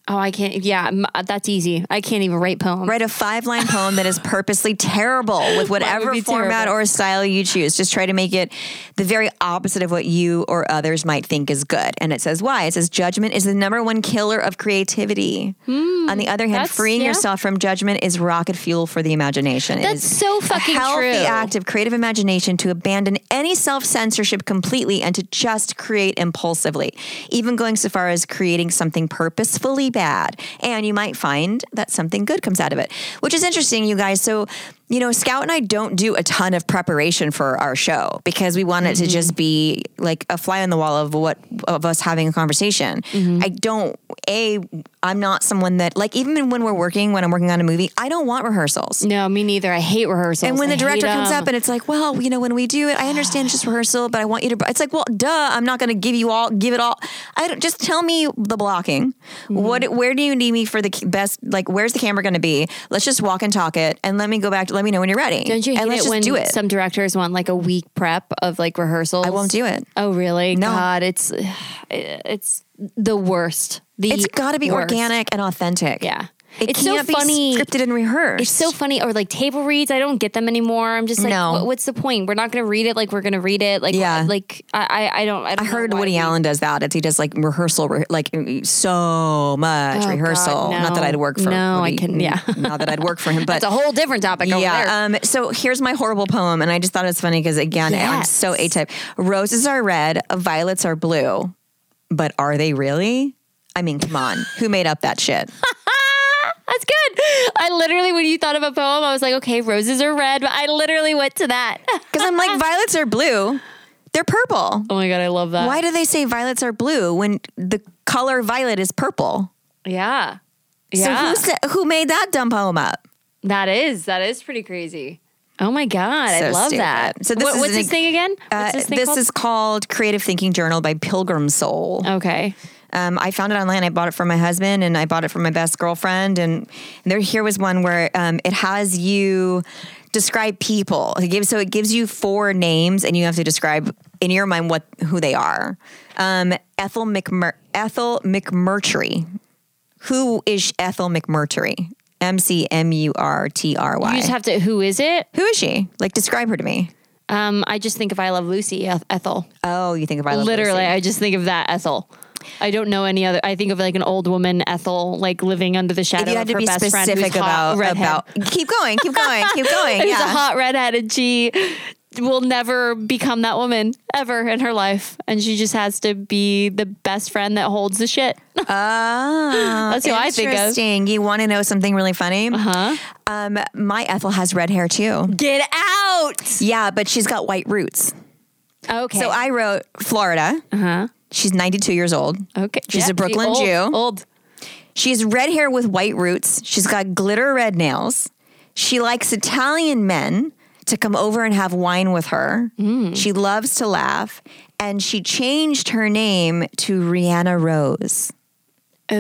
[SPEAKER 4] Oh, I can't. Yeah, m- uh, that's easy. I can't even write poems.
[SPEAKER 5] Write a five line poem that is purposely terrible with whatever
[SPEAKER 4] be
[SPEAKER 5] format
[SPEAKER 4] terrible?
[SPEAKER 5] or style you choose. Just try to make it the very opposite of what you or others might think is good. And it says why? It says judgment is the number one killer of creativity. On the other hand,
[SPEAKER 4] Hmm. that's-
[SPEAKER 5] freeing
[SPEAKER 4] yeah.
[SPEAKER 5] yourself from judgment is rocket fuel for the imagination. It
[SPEAKER 4] That's
[SPEAKER 5] is
[SPEAKER 4] so fucking
[SPEAKER 5] a healthy
[SPEAKER 4] true.
[SPEAKER 5] act of creative imagination to abandon any self censorship completely and to just create impulsively, even going so far as creating something purposefully bad. And you might find that something good comes out of it, which is interesting, you guys. So, you know, Scout and I don't do a ton of preparation for our show because we want it
[SPEAKER 4] Mm-hmm.
[SPEAKER 5] to just be like a fly on the wall of what of us having a conversation.
[SPEAKER 4] Mm-hmm.
[SPEAKER 5] I don't a I'm not someone that like even when we're working when I'm working on a movie, I don't want rehearsals.
[SPEAKER 4] no, me neither. I hate rehearsals.
[SPEAKER 5] And when
[SPEAKER 4] I
[SPEAKER 5] the director
[SPEAKER 4] hate um,
[SPEAKER 5] comes
[SPEAKER 4] 'em.
[SPEAKER 5] up and it's like, well, you know, when we do it, I understand it's just rehearsal, but I want you to. It's like, well, duh, I'm not going to give you all, give it all. I don't just tell me the blocking.
[SPEAKER 4] Mm-hmm.
[SPEAKER 5] What, where do you need me for the ca- best? Like, where's the camera going to be? Let's just walk and talk it, and let me go back. to Let me know when you're ready.
[SPEAKER 4] don't you hate
[SPEAKER 5] and let's
[SPEAKER 4] it
[SPEAKER 5] just
[SPEAKER 4] when
[SPEAKER 5] do it?
[SPEAKER 4] some directors want like a week prep of like rehearsals?
[SPEAKER 5] I won't do it.
[SPEAKER 4] Oh, really?
[SPEAKER 5] No.
[SPEAKER 4] God, it's [SIGHS] it's the worst. The
[SPEAKER 5] It's got to be
[SPEAKER 4] worst.
[SPEAKER 5] organic and authentic.
[SPEAKER 4] Yeah.
[SPEAKER 5] it
[SPEAKER 4] It's so
[SPEAKER 5] can't
[SPEAKER 4] funny-
[SPEAKER 5] be scripted and rehearsed.
[SPEAKER 4] It's so funny. Or like table reads, I don't get them anymore. I'm just like,
[SPEAKER 5] No.
[SPEAKER 4] "What- what's the point? We're not going to read it like we're going to read it. Like,
[SPEAKER 5] Yeah.
[SPEAKER 4] like I, I, I don't. I, don't
[SPEAKER 5] I
[SPEAKER 4] know
[SPEAKER 5] heard
[SPEAKER 4] why
[SPEAKER 5] Woody
[SPEAKER 4] we-
[SPEAKER 5] Allen does that. It's he does like rehearsal, re- like so much
[SPEAKER 4] Oh,
[SPEAKER 5] rehearsal.
[SPEAKER 4] God,
[SPEAKER 5] Not that
[SPEAKER 4] no.
[SPEAKER 5] I'd work for.
[SPEAKER 4] No, I
[SPEAKER 5] Woody.
[SPEAKER 4] couldn't- yeah.
[SPEAKER 5] [LAUGHS] not that I'd work for him, but
[SPEAKER 4] It's a whole different topic. Over there.
[SPEAKER 5] yeah. Um, so here's my horrible poem, and I just thought it was funny because again, I'm
[SPEAKER 4] Yes.
[SPEAKER 5] so A type. Roses are red, violets are blue, but are they really? I mean, come
[SPEAKER 4] [LAUGHS]
[SPEAKER 5] on, who made up that shit?
[SPEAKER 4] That's good. I literally, when you thought of a poem, I was like, okay, roses are red. But I literally went to that. [LAUGHS]
[SPEAKER 5] Because I'm like, violets are blue, they're purple.
[SPEAKER 4] Oh my God, I love that.
[SPEAKER 5] Why do they say violets are blue when the color violet is purple?
[SPEAKER 4] Yeah. Yeah.
[SPEAKER 5] So who sa- who made that dumb poem up?
[SPEAKER 4] that is, that is pretty crazy. Oh my God, I
[SPEAKER 5] So
[SPEAKER 4] love that.
[SPEAKER 5] stupid. So this
[SPEAKER 4] What-
[SPEAKER 5] is
[SPEAKER 4] what's
[SPEAKER 5] an
[SPEAKER 4] this
[SPEAKER 5] ex-
[SPEAKER 4] thing again?
[SPEAKER 5] Uh,
[SPEAKER 4] What's this thing
[SPEAKER 5] this
[SPEAKER 4] called? Oh.
[SPEAKER 5] is called Creative Thinking Journal by Pilgrim Soul.
[SPEAKER 4] okay.
[SPEAKER 5] Um, I found it online. I bought it for my husband and I bought it for my best girlfriend. And there, here was one where um, it has you describe people. It gives, so it gives you four names and you have to describe in your mind what who they are. Um, Ethel McMur- Ethel McMurtry. Who is Ethel McMurtry? M C M U R T R
[SPEAKER 4] You
[SPEAKER 5] Y.
[SPEAKER 4] just have to. Who is it?
[SPEAKER 5] Who is she? Like describe her to me.
[SPEAKER 4] Um, I just think of I Love Lucy, Eth- Ethel.
[SPEAKER 5] Oh, you think of I Love
[SPEAKER 4] Literally,
[SPEAKER 5] Lucy.
[SPEAKER 4] I just think of that Ethel. I don't know any other. I think of like an old woman Ethel, like living under the shadow
[SPEAKER 5] You
[SPEAKER 4] of
[SPEAKER 5] had
[SPEAKER 4] her
[SPEAKER 5] to be
[SPEAKER 4] best friend, who's
[SPEAKER 5] specific
[SPEAKER 4] hot
[SPEAKER 5] about
[SPEAKER 4] redhead.
[SPEAKER 5] about.
[SPEAKER 4] [LAUGHS]
[SPEAKER 5] Keep going, keep going, keep going.
[SPEAKER 4] who's
[SPEAKER 5] yeah.
[SPEAKER 4] a hot redhead, and she will never become that woman ever in her life, and she just has to be the best friend that holds the shit. [LAUGHS]
[SPEAKER 5] Ah,
[SPEAKER 4] That's who I think of. Uh-huh.
[SPEAKER 5] Interesting. You want to know something really funny? Uh huh. Um, my Ethel has red hair too.
[SPEAKER 4] Get out.
[SPEAKER 5] Yeah, but she's got white roots.
[SPEAKER 4] Okay. Uh-huh.
[SPEAKER 5] So I wrote Florida. Uh huh. She's 92 years old.
[SPEAKER 4] okay.
[SPEAKER 5] She's a
[SPEAKER 4] she-
[SPEAKER 5] Brooklyn
[SPEAKER 4] old,
[SPEAKER 5] Jew.
[SPEAKER 4] Old.
[SPEAKER 5] She has red hair with white roots. She's got glitter red nails. She likes Italian men to come over and have wine with her.
[SPEAKER 4] Mm.
[SPEAKER 5] She loves to laugh. And she changed her name to Rihanna Rose.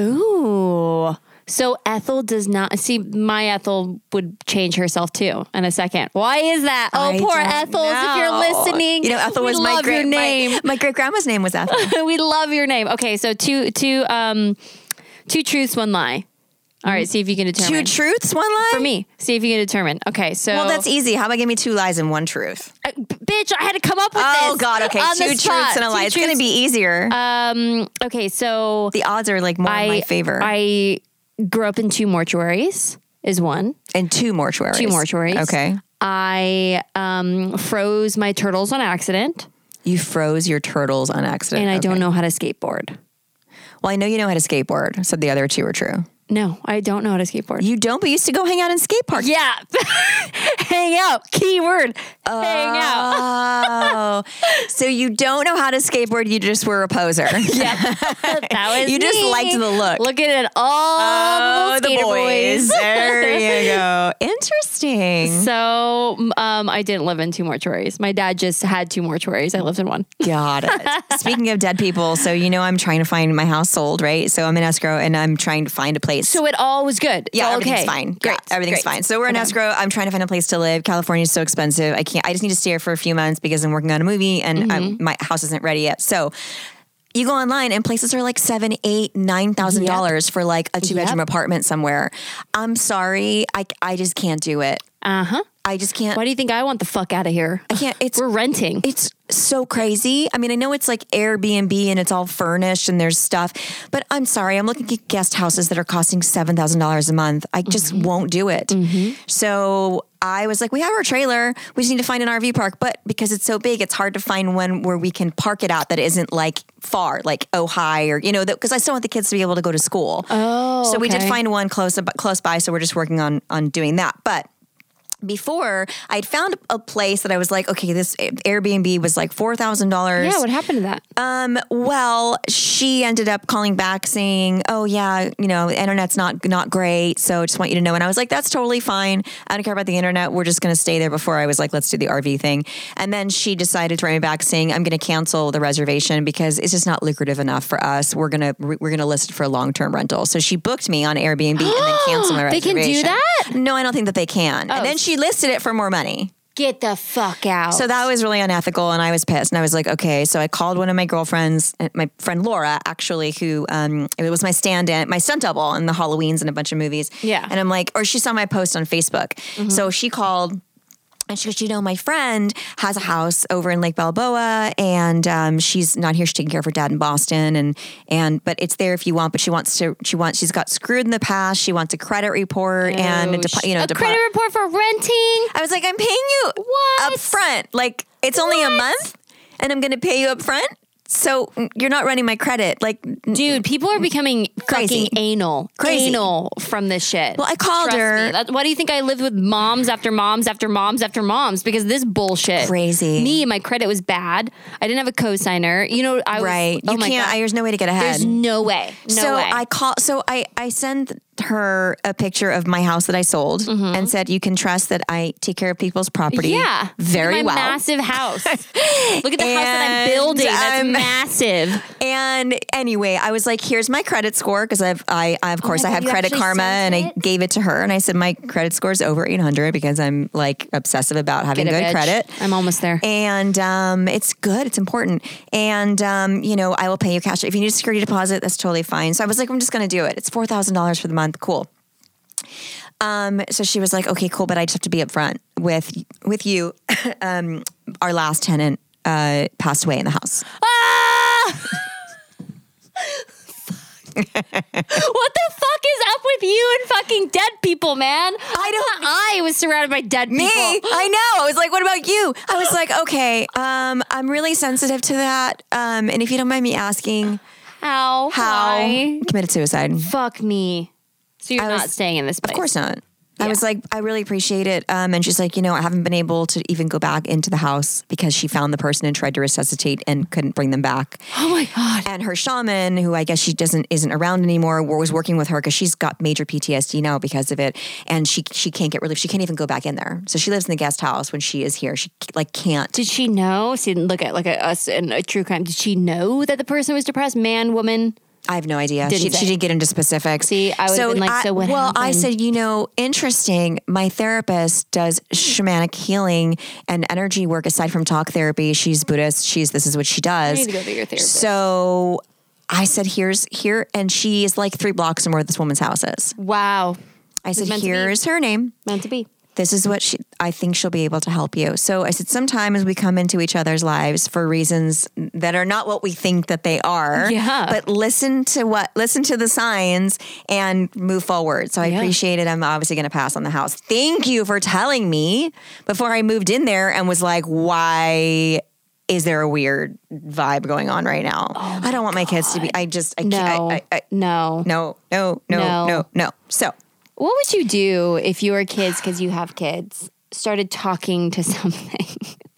[SPEAKER 4] Ooh. So Ethel does not see my Ethel would change herself too in a second. Why is that? Oh,
[SPEAKER 5] I
[SPEAKER 4] poor
[SPEAKER 5] don't
[SPEAKER 4] Ethel! If you're
[SPEAKER 5] know.
[SPEAKER 4] listening,
[SPEAKER 5] you know Ethel
[SPEAKER 4] we
[SPEAKER 5] was my
[SPEAKER 4] love
[SPEAKER 5] great
[SPEAKER 4] your
[SPEAKER 5] my-
[SPEAKER 4] name.
[SPEAKER 5] My, great grandma's name was Ethel.
[SPEAKER 4] [LAUGHS] we love your name. Okay, so two two um two truths, one lie. All right, see if you
[SPEAKER 5] [LAUGHS]
[SPEAKER 4] can
[SPEAKER 5] Mm-hmm. Two
[SPEAKER 4] determine
[SPEAKER 5] truths, one lie.
[SPEAKER 4] for me. See if you can determine. Okay, so
[SPEAKER 5] Well, that's easy. How about give me two lies and one truth?
[SPEAKER 4] I- bitch. I had to come up with
[SPEAKER 5] Oh
[SPEAKER 4] this.
[SPEAKER 5] God, okay,
[SPEAKER 4] on the
[SPEAKER 5] two truths
[SPEAKER 4] spot.
[SPEAKER 5] and a
[SPEAKER 4] Two
[SPEAKER 5] lie. It's gonna
[SPEAKER 4] truths.
[SPEAKER 5] be easier.
[SPEAKER 4] um okay. So
[SPEAKER 5] the odds are like more
[SPEAKER 4] I
[SPEAKER 5] in my favor.
[SPEAKER 4] I grew up in two mortuaries. Is one.
[SPEAKER 5] and two mortuaries.
[SPEAKER 4] Two mortuaries.
[SPEAKER 5] Okay.
[SPEAKER 4] I um, froze my turtles on accident,
[SPEAKER 5] You froze your turtles on accident.
[SPEAKER 4] and I don't
[SPEAKER 5] Okay.
[SPEAKER 4] know how to skateboard.
[SPEAKER 5] Well, I know you know how to skateboard, so the other two are true.
[SPEAKER 4] No, I don't know how to skateboard.
[SPEAKER 5] You don't, but you used to go hang out in skate parks.
[SPEAKER 4] yeah, [LAUGHS] hang out. Keyword. hang
[SPEAKER 5] Uh,
[SPEAKER 4] out.
[SPEAKER 5] Oh, so you don't know how to skateboard? You just were a
[SPEAKER 4] [LAUGHS]
[SPEAKER 5] poser.
[SPEAKER 4] Yep. [LAUGHS] that
[SPEAKER 5] [LAUGHS]
[SPEAKER 4] was
[SPEAKER 5] You just
[SPEAKER 4] me.
[SPEAKER 5] liked the look.
[SPEAKER 4] Looking at all the, skater boys.
[SPEAKER 5] Oh,
[SPEAKER 4] [LAUGHS]
[SPEAKER 5] there you go. Interesting.
[SPEAKER 4] So um, I didn't live in two mortuaries. My dad just had two mortuaries. I lived in one.
[SPEAKER 5] Got it. [LAUGHS] Speaking of dead people, so you know I'm trying to find my house sold, right? So I'm in escrow and I'm trying to find a place.
[SPEAKER 4] So it all was good. It's
[SPEAKER 5] yeah,
[SPEAKER 4] all
[SPEAKER 5] everything's
[SPEAKER 4] okay.
[SPEAKER 5] fine.
[SPEAKER 4] Great.
[SPEAKER 5] Yeah, everything's
[SPEAKER 4] Great.
[SPEAKER 5] fine. So we're in escrow. I'm trying to find a place to live. California's so expensive.
[SPEAKER 4] Mm-hmm.
[SPEAKER 5] I can't. I just need to stay here for a few months because I'm working on a movie and I'm, my house isn't ready yet. So you go online and places are like seven, eight, nine thousand dollars for like a two bedroom
[SPEAKER 4] Yep.
[SPEAKER 5] apartment somewhere. I'm sorry, I I just can't do it.
[SPEAKER 4] Uh huh.
[SPEAKER 5] I just can't.
[SPEAKER 4] Why do you think I want the fuck out of
[SPEAKER 5] [LAUGHS]
[SPEAKER 4] here?
[SPEAKER 5] I can't. It's
[SPEAKER 4] We're renting.
[SPEAKER 5] it's so crazy. I mean, I know it's like Airbnb and it's all furnished and there's stuff, but I'm sorry, I'm looking at guest houses that are costing seven thousand dollars a month. I just
[SPEAKER 4] Mm-hmm.
[SPEAKER 5] won't do it. So I was like, we have our trailer. We just need to find an RV park, but because it's so big, it's hard to find one where we can park it out that isn't like far, like Ojai or you know, because I still want the kids to be able to go to school. Oh, so we did
[SPEAKER 4] okay.
[SPEAKER 5] find one close ab- close by. So we're just working on on doing that, but before I'd found a place that I was like, okay, this Airbnb was like four thousand dollars.
[SPEAKER 4] yeah, what happened to that?
[SPEAKER 5] Um, well, she ended up calling back saying, "Oh yeah, you know, the internet's not not great, so just want you to know." And I was like, "That's totally fine. I don't care about the internet. We're just going to stay there." Before I was like, "Let's do the RV thing," and then she decided to write me back saying, "I'm going to cancel the reservation because it's just not lucrative enough for us. We're gonna we're going to list it for a long term rental." So she booked me on Airbnb and then
[SPEAKER 4] [GASPS]
[SPEAKER 5] canceled my
[SPEAKER 4] They
[SPEAKER 5] reservation.
[SPEAKER 4] can do that? Oh.
[SPEAKER 5] No, I don't think that they can. And then she listed it for more money.
[SPEAKER 4] Get the fuck out.
[SPEAKER 5] So that was really unethical, and I was pissed. And I was like, okay. So I called one of my girlfriends, uh, my friend Laura, actually, who um, it was my stand-in, my stunt double in the Halloweens and a bunch of movies.
[SPEAKER 4] Yeah. Mm-hmm.
[SPEAKER 5] And I'm like, or she saw my post on Facebook, so she called. And she goes, you know, my friend has a house over in Lake Balboa, and um, she's not here. She's taking care of her dad in Boston, and and but it's there if you want. But she wants to. She wants. She's got screwed in the past. She wants a credit report and a
[SPEAKER 4] Oh,
[SPEAKER 5] depo-
[SPEAKER 4] sh-
[SPEAKER 5] you know
[SPEAKER 4] a
[SPEAKER 5] depo-
[SPEAKER 4] credit report for renting.
[SPEAKER 5] I was like, I'm paying you
[SPEAKER 4] What?
[SPEAKER 5] up front. Like, it's only a
[SPEAKER 4] What?
[SPEAKER 5] month and I'm going to pay you up front. So mm, you're not running my credit. Like, n-
[SPEAKER 4] Dude, people are becoming
[SPEAKER 5] Crazy.
[SPEAKER 4] fucking anal,
[SPEAKER 5] Crazy.
[SPEAKER 4] anal from this shit.
[SPEAKER 5] Well, I called
[SPEAKER 4] Trust
[SPEAKER 5] her.
[SPEAKER 4] me. That- why do you think I lived with moms after moms after moms after moms? Because this bullshit.
[SPEAKER 5] Crazy.
[SPEAKER 4] Me, my credit was bad. I didn't have a cosigner. You know, I was.
[SPEAKER 5] right.
[SPEAKER 4] Oh
[SPEAKER 5] you
[SPEAKER 4] my
[SPEAKER 5] can't,
[SPEAKER 4] God.
[SPEAKER 5] I, there's no way to get ahead.
[SPEAKER 4] There's no way. No
[SPEAKER 5] so
[SPEAKER 4] way.
[SPEAKER 5] I call. So I I send her a picture of my house that I sold and said, "You can trust that I take care of people's property.
[SPEAKER 4] Mm-hmm. yeah.
[SPEAKER 5] very
[SPEAKER 4] Look at my
[SPEAKER 5] well. [LAUGHS]
[SPEAKER 4] massive house. Look at the house that I'm
[SPEAKER 5] And,
[SPEAKER 4] building. That's
[SPEAKER 5] um,
[SPEAKER 4] massive.
[SPEAKER 5] And anyway, I was like, "Here's my credit score," because I've I, I of course
[SPEAKER 4] Oh my
[SPEAKER 5] I
[SPEAKER 4] God,
[SPEAKER 5] have
[SPEAKER 4] you
[SPEAKER 5] Credit
[SPEAKER 4] actually
[SPEAKER 5] Karma,
[SPEAKER 4] sent
[SPEAKER 5] and I
[SPEAKER 4] it?
[SPEAKER 5] gave it to her, and I said my credit score is over 800 because I'm like obsessive about having
[SPEAKER 4] Get a
[SPEAKER 5] [LAUGHS] good
[SPEAKER 4] bitch.
[SPEAKER 5] credit.
[SPEAKER 4] I'm almost there.
[SPEAKER 5] and um, it's good. It's important. And um, you know, I will pay you cash if you need a security deposit. That's totally fine. So I was like, I'm just going to do it. It's four thousand dollars for the month. Cool. Um, so she was like, okay, cool, but I just have to be upfront with with you. [LAUGHS] um, our last tenant uh, passed away in the house.
[SPEAKER 4] Ah! [LAUGHS] what the fuck is up with you and fucking dead people, man? I
[SPEAKER 5] don't-
[SPEAKER 4] thought I was surrounded by dead
[SPEAKER 5] Me,
[SPEAKER 4] people.
[SPEAKER 5] I know. I was like, what about you? I was like, okay, um, I'm really sensitive to that. Um, and if you don't mind me asking,
[SPEAKER 4] How?
[SPEAKER 5] how
[SPEAKER 4] Why?
[SPEAKER 5] committed suicide?
[SPEAKER 4] Fuck me. So you're
[SPEAKER 5] I
[SPEAKER 4] not
[SPEAKER 5] was-
[SPEAKER 4] staying in this place.
[SPEAKER 5] Of course not. I
[SPEAKER 4] Yeah.
[SPEAKER 5] was like, I really appreciate it. Um, and she's like, you know, I haven't been able to even go back into the house because she found the person and tried to resuscitate and couldn't bring them back.
[SPEAKER 4] Oh my god.
[SPEAKER 5] And her shaman, who I guess she doesn't isn't around anymore, wa- was working with her because she's got major PTSD now because of it, and she she can't get relief. She can't even go back in there. So she lives in the guest house when she is here. She like can't.
[SPEAKER 4] Did she know? She didn't look at like a, us in a true crime. Did she know that the person was depressed? Man, woman.
[SPEAKER 5] I have no idea.
[SPEAKER 4] Didn't
[SPEAKER 5] she,
[SPEAKER 4] say.
[SPEAKER 5] she didn't get into specifics.
[SPEAKER 4] See, I would've been like, so what
[SPEAKER 5] Well, I
[SPEAKER 4] happened?
[SPEAKER 5] said, you know, interesting. My therapist does shamanic healing and energy work aside from talk therapy. She's Buddhist. She's this is what she does.
[SPEAKER 4] need to go to your therapist.
[SPEAKER 5] So I said, here's here, and she is like three blocks from where this woman's house is.
[SPEAKER 4] Wow.
[SPEAKER 5] I said,
[SPEAKER 4] meant to be.
[SPEAKER 5] here's her name
[SPEAKER 4] Meant to be.
[SPEAKER 5] this is what she I think she'll be able to help you. So I said sometimes we come into each other's lives for reasons that are not what we think that they are.
[SPEAKER 4] Yeah.
[SPEAKER 5] But listen to what listen to the signs and move forward. So I
[SPEAKER 4] Yeah.
[SPEAKER 5] appreciate it. I'm obviously gonna pass on the house. Thank you for telling me before I moved in there and was like, why is there a weird vibe going on right now? I don't want my kids to be I just I
[SPEAKER 4] Oh No.
[SPEAKER 5] can't I, I, I,
[SPEAKER 4] no.
[SPEAKER 5] no, no, no,
[SPEAKER 4] No.
[SPEAKER 5] no, no, no. So
[SPEAKER 4] What would you do if your kids, because you have kids, started talking to [LAUGHS] something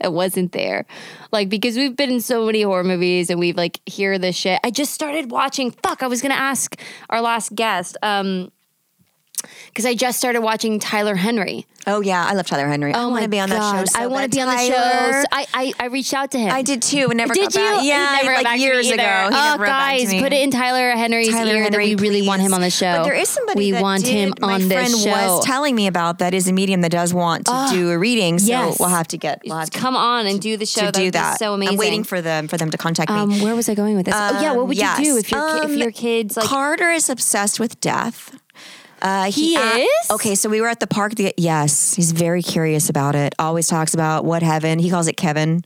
[SPEAKER 4] that wasn't there? Like, because we've been in so many horror movies and we've like hear this shit. I just started watching. Fuck, I was gonna ask our last guest. Um, because I just started watching Tyler Henry.
[SPEAKER 5] Oh yeah, I love Tyler Henry. I
[SPEAKER 4] Oh
[SPEAKER 5] want
[SPEAKER 4] my
[SPEAKER 5] to be on that
[SPEAKER 4] God,
[SPEAKER 5] show. So
[SPEAKER 4] I
[SPEAKER 5] bad.
[SPEAKER 4] want to be on the show.
[SPEAKER 5] Tyler.
[SPEAKER 4] So I, I I reached out to him.
[SPEAKER 5] I did too. It never
[SPEAKER 4] Did
[SPEAKER 5] got back.
[SPEAKER 4] you? He
[SPEAKER 5] Yeah,
[SPEAKER 4] never got
[SPEAKER 5] like
[SPEAKER 4] back to me
[SPEAKER 5] years
[SPEAKER 4] either.
[SPEAKER 5] ago. He
[SPEAKER 4] oh,
[SPEAKER 5] never wrote back to
[SPEAKER 4] guys,
[SPEAKER 5] me.
[SPEAKER 4] put it in Tyler Henry's
[SPEAKER 5] Tyler
[SPEAKER 4] ear
[SPEAKER 5] Henry,
[SPEAKER 4] that we really want
[SPEAKER 5] please.
[SPEAKER 4] him on the show.
[SPEAKER 5] But there is somebody
[SPEAKER 4] we
[SPEAKER 5] that
[SPEAKER 4] want
[SPEAKER 5] did-
[SPEAKER 4] him
[SPEAKER 5] my
[SPEAKER 4] on
[SPEAKER 5] friend
[SPEAKER 4] this show. Ah,
[SPEAKER 5] was telling me about that is a medium that does want to do a reading. So
[SPEAKER 4] yes.
[SPEAKER 5] we'll have to get we'll have to,
[SPEAKER 4] Come on and do the show.
[SPEAKER 5] to
[SPEAKER 4] would
[SPEAKER 5] do
[SPEAKER 4] be
[SPEAKER 5] that.
[SPEAKER 4] So amazing.
[SPEAKER 5] I'm waiting for them for them to contact me.
[SPEAKER 4] Um, where was I going with this? oh yeah, what
[SPEAKER 5] Um,
[SPEAKER 4] would
[SPEAKER 5] yes.
[SPEAKER 4] you do if your ki-
[SPEAKER 5] Um,
[SPEAKER 4] if your kids like
[SPEAKER 5] Carter is obsessed with death. Uh,
[SPEAKER 4] He
[SPEAKER 5] a-
[SPEAKER 4] is?
[SPEAKER 5] okay. So we were at the park. The, yes, he's very curious about it. Always talks about what heaven. He calls it Kevin.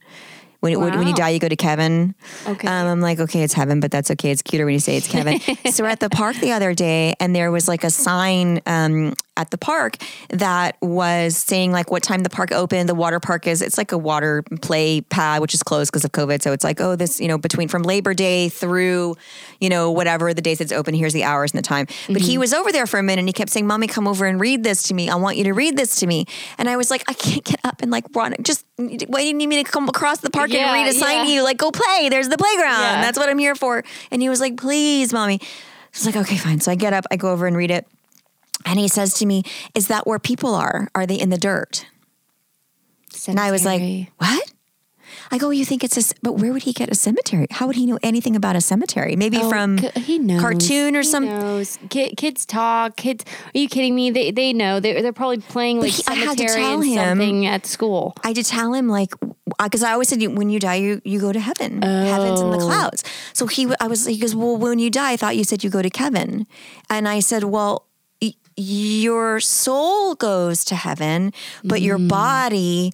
[SPEAKER 5] When, it- when, when you
[SPEAKER 4] Wow.
[SPEAKER 5] die, you go to Kevin.
[SPEAKER 4] Okay.
[SPEAKER 5] Um, I'm like, okay, it's heaven, but that's okay. It's cuter when you say it's
[SPEAKER 4] [LAUGHS]
[SPEAKER 5] Kevin. so we're at the park the other day, and there was like a sign um, at the park that was saying like what time the park opened. The water park is it's like a water play pad, which is closed because of COVID. So it's like, oh, this you know between from Labor Day through you know whatever the days it's open. Here's the hours and the time. But
[SPEAKER 4] Mm-hmm.
[SPEAKER 5] he was over there for a minute, and he kept saying, "Mommy, come over and read this to me. I want you to read this to me." And I was like, I can't get up and like run. Just why do you need me to come across the park
[SPEAKER 4] Yeah,
[SPEAKER 5] and read a sign
[SPEAKER 4] yeah.
[SPEAKER 5] to you? you, like go play there's the playground
[SPEAKER 4] Yeah.
[SPEAKER 5] that's what i'm here for and he was like please mommy i was like okay fine so i get up i go over and read it and he says to me is that where people are are they in the dirt and i was like
[SPEAKER 4] Cemetery.
[SPEAKER 5] what I go, you think it's a, c- but where would he get a cemetery? How would he know anything about a cemetery? Maybe
[SPEAKER 4] Oh,
[SPEAKER 5] from
[SPEAKER 4] c- he knows.
[SPEAKER 5] cartoon or
[SPEAKER 4] He
[SPEAKER 5] some-
[SPEAKER 4] knows. Ki- kids talk. Kids, are you kidding me? They they know. They're, they're probably playing like
[SPEAKER 5] he- I had to
[SPEAKER 4] cemetery
[SPEAKER 5] tell
[SPEAKER 4] and
[SPEAKER 5] him.
[SPEAKER 4] something at school.
[SPEAKER 5] I did tell him like because I always said you- when you die you you go to heaven, heaven's in the
[SPEAKER 4] Oh.
[SPEAKER 5] clouds. So he w- I was he goes well when you die I thought you said you go to Kevin, and I said well y- your soul goes to heaven, but your
[SPEAKER 4] Mm.
[SPEAKER 5] body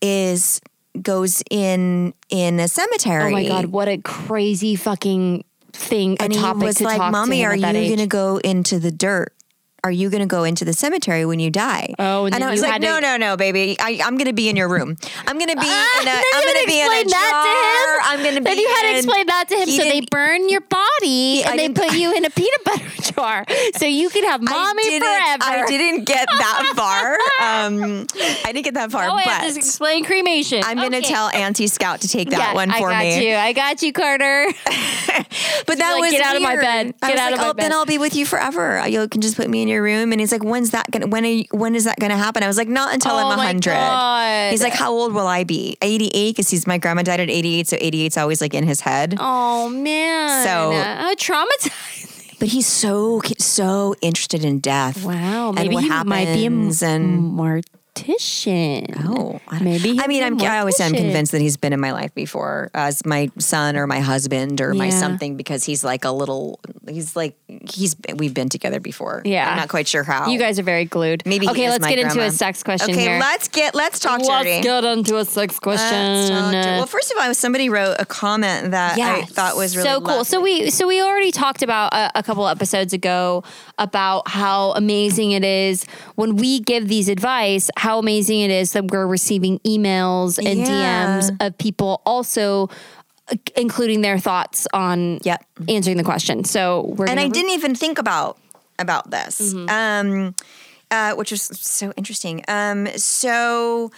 [SPEAKER 5] is goes in in a cemetery.
[SPEAKER 4] Oh my god, what a crazy fucking thing!
[SPEAKER 5] And
[SPEAKER 4] a
[SPEAKER 5] he
[SPEAKER 4] topic
[SPEAKER 5] was
[SPEAKER 4] to
[SPEAKER 5] like,
[SPEAKER 4] talk
[SPEAKER 5] "Mommy,
[SPEAKER 4] to him
[SPEAKER 5] are
[SPEAKER 4] at
[SPEAKER 5] you
[SPEAKER 4] that age.
[SPEAKER 5] going to go into the dirt? Are you going to go into the cemetery when you die?"
[SPEAKER 4] Oh, and
[SPEAKER 5] and,
[SPEAKER 4] then
[SPEAKER 5] I was
[SPEAKER 4] you
[SPEAKER 5] like,
[SPEAKER 4] had
[SPEAKER 5] "No,
[SPEAKER 4] to-
[SPEAKER 5] no, no, baby. I, I'm going to be in your room. I'm going to
[SPEAKER 4] [LAUGHS]
[SPEAKER 5] be in a.
[SPEAKER 4] Ah, then
[SPEAKER 5] I'm
[SPEAKER 4] you
[SPEAKER 5] going to
[SPEAKER 4] had
[SPEAKER 5] be in a
[SPEAKER 4] explain
[SPEAKER 5] jar.
[SPEAKER 4] that to him.
[SPEAKER 5] I'm going to be."
[SPEAKER 4] Then you had to
[SPEAKER 5] in-
[SPEAKER 4] explain that to him.
[SPEAKER 5] He
[SPEAKER 4] So they
[SPEAKER 5] didn't-
[SPEAKER 4] burn your body and they
[SPEAKER 5] didn't- [LAUGHS]
[SPEAKER 4] put you in a peanut butter [LAUGHS] jar, so you could have
[SPEAKER 5] I
[SPEAKER 4] mommy
[SPEAKER 5] didn't-
[SPEAKER 4] forever.
[SPEAKER 5] I didn't get
[SPEAKER 4] [LAUGHS]
[SPEAKER 5] that far. Um, I didn't get that far,
[SPEAKER 4] Oh, I have to
[SPEAKER 5] but
[SPEAKER 4] explain cremation.
[SPEAKER 5] I'm going to
[SPEAKER 4] Okay.
[SPEAKER 5] tell Auntie Scout to take that
[SPEAKER 4] Yeah,
[SPEAKER 5] one for
[SPEAKER 4] I got
[SPEAKER 5] me.
[SPEAKER 4] you. I got you, Carter.
[SPEAKER 5] [LAUGHS] But that
[SPEAKER 4] like,
[SPEAKER 5] was
[SPEAKER 4] "Get out of my
[SPEAKER 5] weird.
[SPEAKER 4] bed.
[SPEAKER 5] I
[SPEAKER 4] Get
[SPEAKER 5] was like,
[SPEAKER 4] out of my
[SPEAKER 5] oh, Then
[SPEAKER 4] bed."
[SPEAKER 5] I'll be with you forever. You can just put me in your room. And he's like, when's that gonna? When are you, when is that gonna happen? I was like, not until
[SPEAKER 4] Oh
[SPEAKER 5] I'm
[SPEAKER 4] my God.
[SPEAKER 5] hundred. He's like, how old will I be? Eighty eight, because he's my grandma died at eighty eight, so 88's always like in his head.
[SPEAKER 4] Oh man. Oh,
[SPEAKER 5] So- [LAUGHS]
[SPEAKER 4] how traumatizing.
[SPEAKER 5] But he's so so interested in death.
[SPEAKER 4] Wow.
[SPEAKER 5] and
[SPEAKER 4] Maybe
[SPEAKER 5] what
[SPEAKER 4] he
[SPEAKER 5] happens
[SPEAKER 4] might be a
[SPEAKER 5] and.
[SPEAKER 4] mortician.
[SPEAKER 5] Oh, I don't-
[SPEAKER 4] Maybe
[SPEAKER 5] I mean,
[SPEAKER 4] he'll
[SPEAKER 5] I'm,
[SPEAKER 4] be a
[SPEAKER 5] I always say I'm
[SPEAKER 4] mortician.
[SPEAKER 5] convinced that he's been in my life before as my son or my husband or my
[SPEAKER 4] Yeah.
[SPEAKER 5] something because he's like a little, he's like, he's, we've been together before.
[SPEAKER 4] Yeah.
[SPEAKER 5] I'm not quite sure how.
[SPEAKER 4] You guys are very glued.
[SPEAKER 5] Maybe he
[SPEAKER 4] Okay,
[SPEAKER 5] is
[SPEAKER 4] let's
[SPEAKER 5] my
[SPEAKER 4] get into
[SPEAKER 5] grandma.
[SPEAKER 4] a sex question
[SPEAKER 5] Okay,
[SPEAKER 4] here.
[SPEAKER 5] let's get let's talk dirty.
[SPEAKER 4] Let's get into a sex
[SPEAKER 5] Let's
[SPEAKER 4] question.
[SPEAKER 5] talk dirty. Well, first of all, somebody wrote a comment that I thought was really
[SPEAKER 4] so cool.
[SPEAKER 5] lovely.
[SPEAKER 4] So we so we already talked about uh, a, a couple episodes ago about how amazing it is when we give these advice. How amazing it is that we're receiving emails and
[SPEAKER 5] Yeah.
[SPEAKER 4] DMs of people also uh, including their thoughts on
[SPEAKER 5] Yep.
[SPEAKER 4] answering the question. So we're
[SPEAKER 5] and I
[SPEAKER 4] gonna- Mm-hmm.
[SPEAKER 5] didn't even think about about this, um, uh, which was so interesting. Um, so.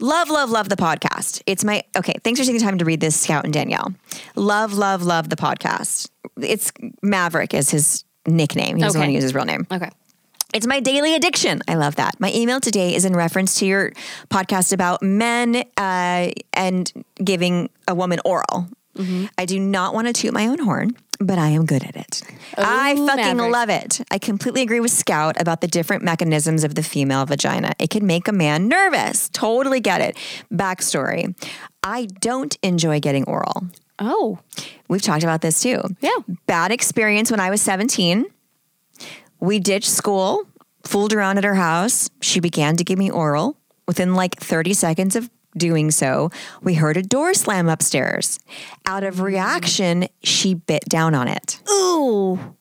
[SPEAKER 5] Love, love, love the podcast. It's my okay. Thanks for taking the time to read this, Scout and Danielle. Love, love, love the podcast. It's Maverick is his nickname. He doesn't
[SPEAKER 4] Okay.
[SPEAKER 5] want to use his real name.
[SPEAKER 4] okay.
[SPEAKER 5] It's my daily addiction. I love that. My email today is in reference to your podcast about men uh, and giving a woman oral. I do not want to toot my own horn, but I am good at it. I
[SPEAKER 4] Ooh,
[SPEAKER 5] fucking
[SPEAKER 4] Maverick.
[SPEAKER 5] love it. I completely agree with Scout about the different mechanisms of the female vagina. It can make a man nervous. Totally get it. Backstory I don't enjoy getting oral.
[SPEAKER 4] Oh,
[SPEAKER 5] We've talked about this too.
[SPEAKER 4] Yeah.
[SPEAKER 5] Bad experience when I was 17. We ditched school, fooled around at her house. She began to give me oral. Within like 30 seconds of doing so, we heard a door slam upstairs. Out of reaction, she bit down on it.
[SPEAKER 4] ooh,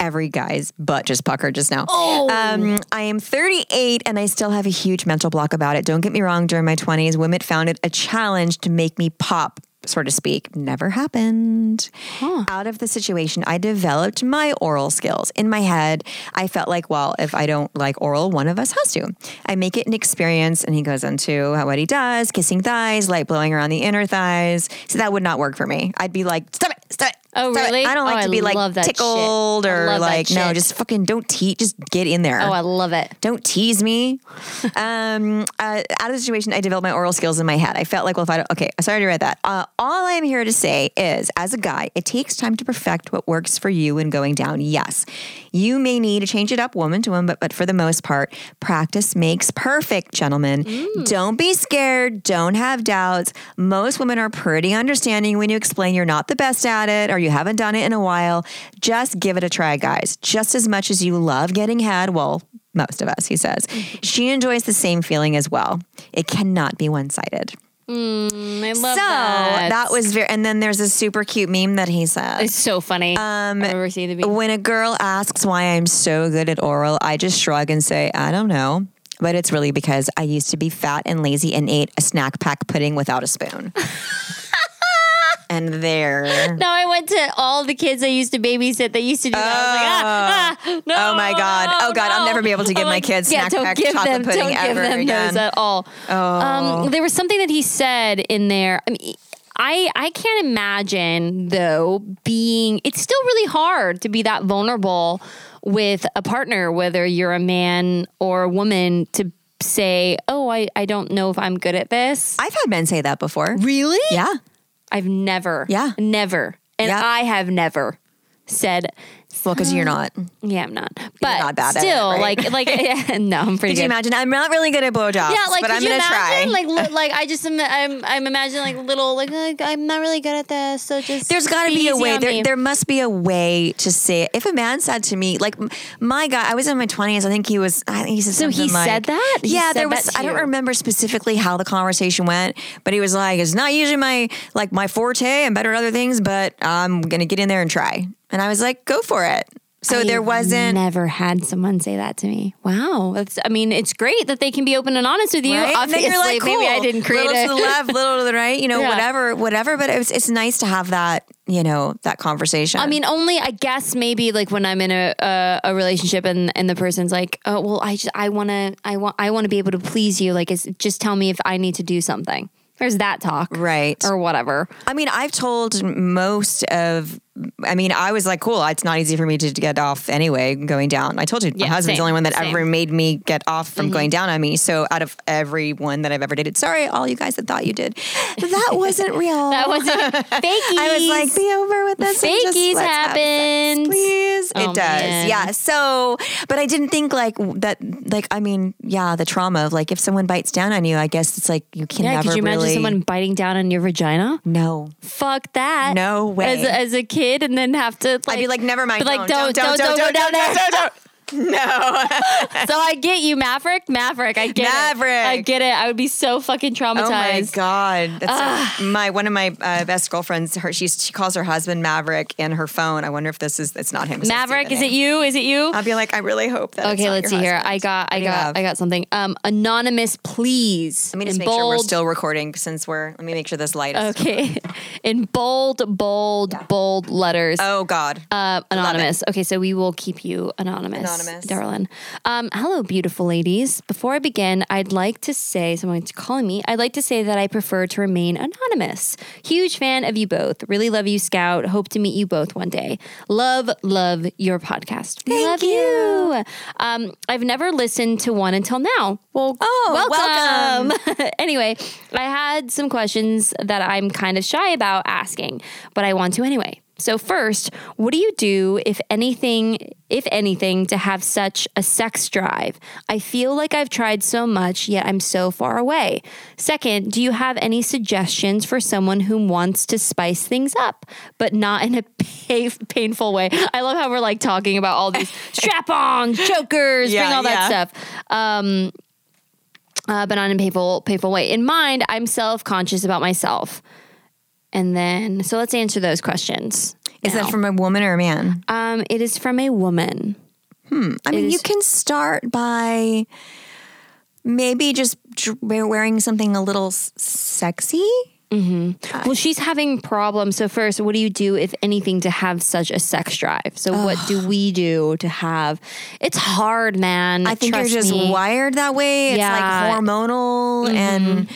[SPEAKER 5] Every guy's butt just puckered just now. Oh. Um, I am 38 and I still have a huge mental block about it. Don't get me wrong, during my 20s, women found it a challenge to make me pop, so to speak. Never happened. Out of the situation, I developed my oral skills. In my head, I felt like, well, if I don't like oral, one of us has to. I make it an experience, and he goes into how what he does kissing thighs, light blowing around the inner thighs. So that would not work for me. I'd be like, stop it. stop it.
[SPEAKER 4] Oh,
[SPEAKER 5] stop it."
[SPEAKER 4] really?
[SPEAKER 5] I don't
[SPEAKER 4] Oh,
[SPEAKER 5] like
[SPEAKER 4] I
[SPEAKER 5] to be
[SPEAKER 4] love
[SPEAKER 5] like
[SPEAKER 4] that shit.
[SPEAKER 5] tickled
[SPEAKER 4] I
[SPEAKER 5] or
[SPEAKER 4] love that
[SPEAKER 5] like no,
[SPEAKER 4] shit.
[SPEAKER 5] just fucking don't tease. Just get in there.
[SPEAKER 4] Oh, I love it.
[SPEAKER 5] don't tease
[SPEAKER 4] [LAUGHS]
[SPEAKER 5] me. um, uh, out of the situation, I developed my oral skills in my head. I felt like, well, if I don't, okay, sorry to read that. Uh, all I'm here to say is, as a guy, it takes time to perfect what works for you when going down. Yes, you may need to change it up, woman to woman, but, but for the most part, practice makes perfect, gentlemen.
[SPEAKER 4] Mm.
[SPEAKER 5] Don't be scared. Don't have doubts. Most women are pretty understanding when you explain you're not the best at it or you haven't done it in a while. Just give it a try, guys. Just as much as you love getting head, well, most of us, he says. She enjoys the same feeling as well. It cannot be one sided.
[SPEAKER 4] I love
[SPEAKER 5] So
[SPEAKER 4] that.
[SPEAKER 5] that. was very, and then there's a super cute meme that he says.
[SPEAKER 4] it's so funny. Um, I've never seen the beat.
[SPEAKER 5] When a girl asks why I'm so good at oral, I just shrug and say, I don't know. But it's really because I used to be fat and lazy and ate a snack pack pudding without a [LAUGHS] spoon. and there.
[SPEAKER 4] No, I went to all the kids I used to babysit. They used to do that. I was like, ah, ah, no.
[SPEAKER 5] Oh my God.
[SPEAKER 4] no,
[SPEAKER 5] Oh God, I'll
[SPEAKER 4] no."
[SPEAKER 5] never be able to give
[SPEAKER 4] I'm
[SPEAKER 5] my
[SPEAKER 4] like,
[SPEAKER 5] kids
[SPEAKER 4] yeah,
[SPEAKER 5] snack
[SPEAKER 4] don't
[SPEAKER 5] pack
[SPEAKER 4] give
[SPEAKER 5] chocolate
[SPEAKER 4] them,
[SPEAKER 5] pudding
[SPEAKER 4] don't
[SPEAKER 5] ever
[SPEAKER 4] give them those
[SPEAKER 5] again. Oh.
[SPEAKER 4] at all. Um, there was something that he said in there. I mean, I, I can't imagine though being it's still really hard to be that vulnerable with a partner whether you're a man or a woman to say oh I, I don't know if i'm good at this
[SPEAKER 5] I've had men say that before.
[SPEAKER 4] really
[SPEAKER 5] Yeah.
[SPEAKER 4] I've never,
[SPEAKER 5] Yeah.
[SPEAKER 4] never, and
[SPEAKER 5] Yeah.
[SPEAKER 4] I have never said,
[SPEAKER 5] Well, because you're not.
[SPEAKER 4] yeah, I'm not, but
[SPEAKER 5] not bad at it,
[SPEAKER 4] still,
[SPEAKER 5] right? [LAUGHS]
[SPEAKER 4] like, like, yeah, [LAUGHS] no, I'm pretty
[SPEAKER 5] Could you
[SPEAKER 4] good.
[SPEAKER 5] imagine? I'm not really good at blowjobs,
[SPEAKER 4] yeah, like,
[SPEAKER 5] but
[SPEAKER 4] could
[SPEAKER 5] I'm
[SPEAKER 4] you
[SPEAKER 5] gonna try.
[SPEAKER 4] imagine?
[SPEAKER 5] [LAUGHS]
[SPEAKER 4] Like, li- like, I just, am, I'm, I'm imagining like little, like, like, I'm not really good at this, so just
[SPEAKER 5] There's got to be
[SPEAKER 4] easy
[SPEAKER 5] a way.
[SPEAKER 4] on me.
[SPEAKER 5] There, there must be a way to say it. If a man said to me, like m- my guy, I was in my 20s. I think he was. I think he said
[SPEAKER 4] So he
[SPEAKER 5] something like-
[SPEAKER 4] said that? He
[SPEAKER 5] yeah,
[SPEAKER 4] said
[SPEAKER 5] there
[SPEAKER 4] that
[SPEAKER 5] was.
[SPEAKER 4] to
[SPEAKER 5] I don't
[SPEAKER 4] you?
[SPEAKER 5] remember specifically how the conversation went, but he was like, "It's not usually my like my forte. I'm better at other things, but I'm gonna get in there and try." And I was like, "Go for it." So there
[SPEAKER 4] I've
[SPEAKER 5] wasn't.
[SPEAKER 4] never had someone say that to me. Wow, that's. I mean, it's great that they can be open and honest with you.
[SPEAKER 5] Right? And then
[SPEAKER 4] Obviously,
[SPEAKER 5] you're like,
[SPEAKER 4] maybe I
[SPEAKER 5] cool.
[SPEAKER 4] didn't create
[SPEAKER 5] little to the
[SPEAKER 4] it.
[SPEAKER 5] left, little to the right, you know,
[SPEAKER 4] [LAUGHS] Yeah.
[SPEAKER 5] whatever, whatever. But it's it's nice to have that, you know, that conversation.
[SPEAKER 4] I mean, only I guess maybe like when I'm in a a, a relationship and and the person's like, oh well, I just I want to I want I want to be able to please you. Like, it's, just tell me if I need to do something. There's that talk,
[SPEAKER 5] right?
[SPEAKER 4] Or whatever.
[SPEAKER 5] I mean, I've told most of. I mean, I was like, cool. It's not easy for me to get off anyway. Going down, I told you, my
[SPEAKER 4] Yeah,
[SPEAKER 5] husband's
[SPEAKER 4] same,
[SPEAKER 5] the only one that
[SPEAKER 4] same. Mm-hmm.
[SPEAKER 5] ever made me get off from going down on me. So, out of everyone that I've ever dated, sorry, all you guys that thought you did,
[SPEAKER 4] [LAUGHS]
[SPEAKER 5] that wasn't real.
[SPEAKER 4] That was fakies.
[SPEAKER 5] I was like, be over with this. and just
[SPEAKER 4] Fakies
[SPEAKER 5] let's have sex,
[SPEAKER 4] happened.
[SPEAKER 5] please.
[SPEAKER 4] Oh,
[SPEAKER 5] it does.
[SPEAKER 4] man.
[SPEAKER 5] Yeah. So, but I didn't think like w- that, like, I mean, yeah, the trauma of like if someone bites down on you, I guess it's like you can
[SPEAKER 4] yeah,
[SPEAKER 5] never
[SPEAKER 4] could you imagine
[SPEAKER 5] really.
[SPEAKER 4] someone biting down on your vagina?
[SPEAKER 5] no.
[SPEAKER 4] Fuck that.
[SPEAKER 5] No way.
[SPEAKER 4] As, as a kid, and then have to. Like,
[SPEAKER 5] I'd be like, never mind.
[SPEAKER 4] But like, don't, don't, don't,
[SPEAKER 5] don't,
[SPEAKER 4] go down there.
[SPEAKER 5] don't, don't, don't. No.
[SPEAKER 4] So I get you, Maverick. Maverick, I get it.
[SPEAKER 5] Maverick.
[SPEAKER 4] I get it. I would be so fucking traumatized.
[SPEAKER 5] Oh my god! That's my one of my uh, best girlfriends. Her she she calls her husband Maverick in her phone. I wonder if this is it's not him. it's just
[SPEAKER 4] Maverick,
[SPEAKER 5] the
[SPEAKER 4] is it
[SPEAKER 5] name.
[SPEAKER 4] you? Is it you?
[SPEAKER 5] I'll be like, I really hope that. Um, it's
[SPEAKER 4] Okay,
[SPEAKER 5] not
[SPEAKER 4] let's see
[SPEAKER 5] your
[SPEAKER 4] here.
[SPEAKER 5] husband.
[SPEAKER 4] I got, I
[SPEAKER 5] do you
[SPEAKER 4] got,
[SPEAKER 5] have?
[SPEAKER 4] I got something. Um, anonymous, please.
[SPEAKER 5] Let me just
[SPEAKER 4] in
[SPEAKER 5] make
[SPEAKER 4] bold.
[SPEAKER 5] sure we're still recording since we're. Let me make sure this light is. [LAUGHS]
[SPEAKER 4] [LAUGHS] okay, in bold, bold, bold letters.
[SPEAKER 5] Oh God.
[SPEAKER 4] Uh, anonymous. Okay, so we will keep you anonymous,
[SPEAKER 5] Anonymous.
[SPEAKER 4] darling. Um, hello, beautiful ladies. Before I begin, I'd like to say someone's calling me. I'd like to say that I prefer to remain anonymous. Huge fan of you both. Really love you, Scout. Hope to meet you both one day. Love, love your podcast. We love you. Um, I've never listened to one until now. Well,
[SPEAKER 5] Oh,
[SPEAKER 4] welcome. Um, [LAUGHS] anyway, I had some questions that I'm kind of shy about asking, but I want to anyway. So first, what do you do if anything if anything to have such a sex drive? I feel like I've tried so much yet I'm so far away. Second, do you have any suggestions for someone who wants to spice things up but not in a [LAUGHS] pa- painful way? I love how we're like talking about
[SPEAKER 5] [LAUGHS]
[SPEAKER 4] all these strap-ons, chokers,
[SPEAKER 5] Yeah,
[SPEAKER 4] bring all that
[SPEAKER 5] yeah.
[SPEAKER 4] stuff uh, but not in a painful, painful way. In mind, I'm self conscious about myself. And then, so let's answer those questions.
[SPEAKER 5] is
[SPEAKER 4] now.
[SPEAKER 5] that from a woman or a man?
[SPEAKER 4] Um, it is from a woman.
[SPEAKER 5] I mean,
[SPEAKER 4] is-
[SPEAKER 5] you can start by maybe just dr- wearing something a little s- sexy.
[SPEAKER 4] Well, she's having problems. So first, what do you do, if anything, to have such a sex drive? So what do we do to have? It's hard, man.
[SPEAKER 5] I think
[SPEAKER 4] Trust
[SPEAKER 5] you're just
[SPEAKER 4] me.
[SPEAKER 5] wired that way. It's
[SPEAKER 4] Yeah. Mm-hmm.
[SPEAKER 5] like hormonal and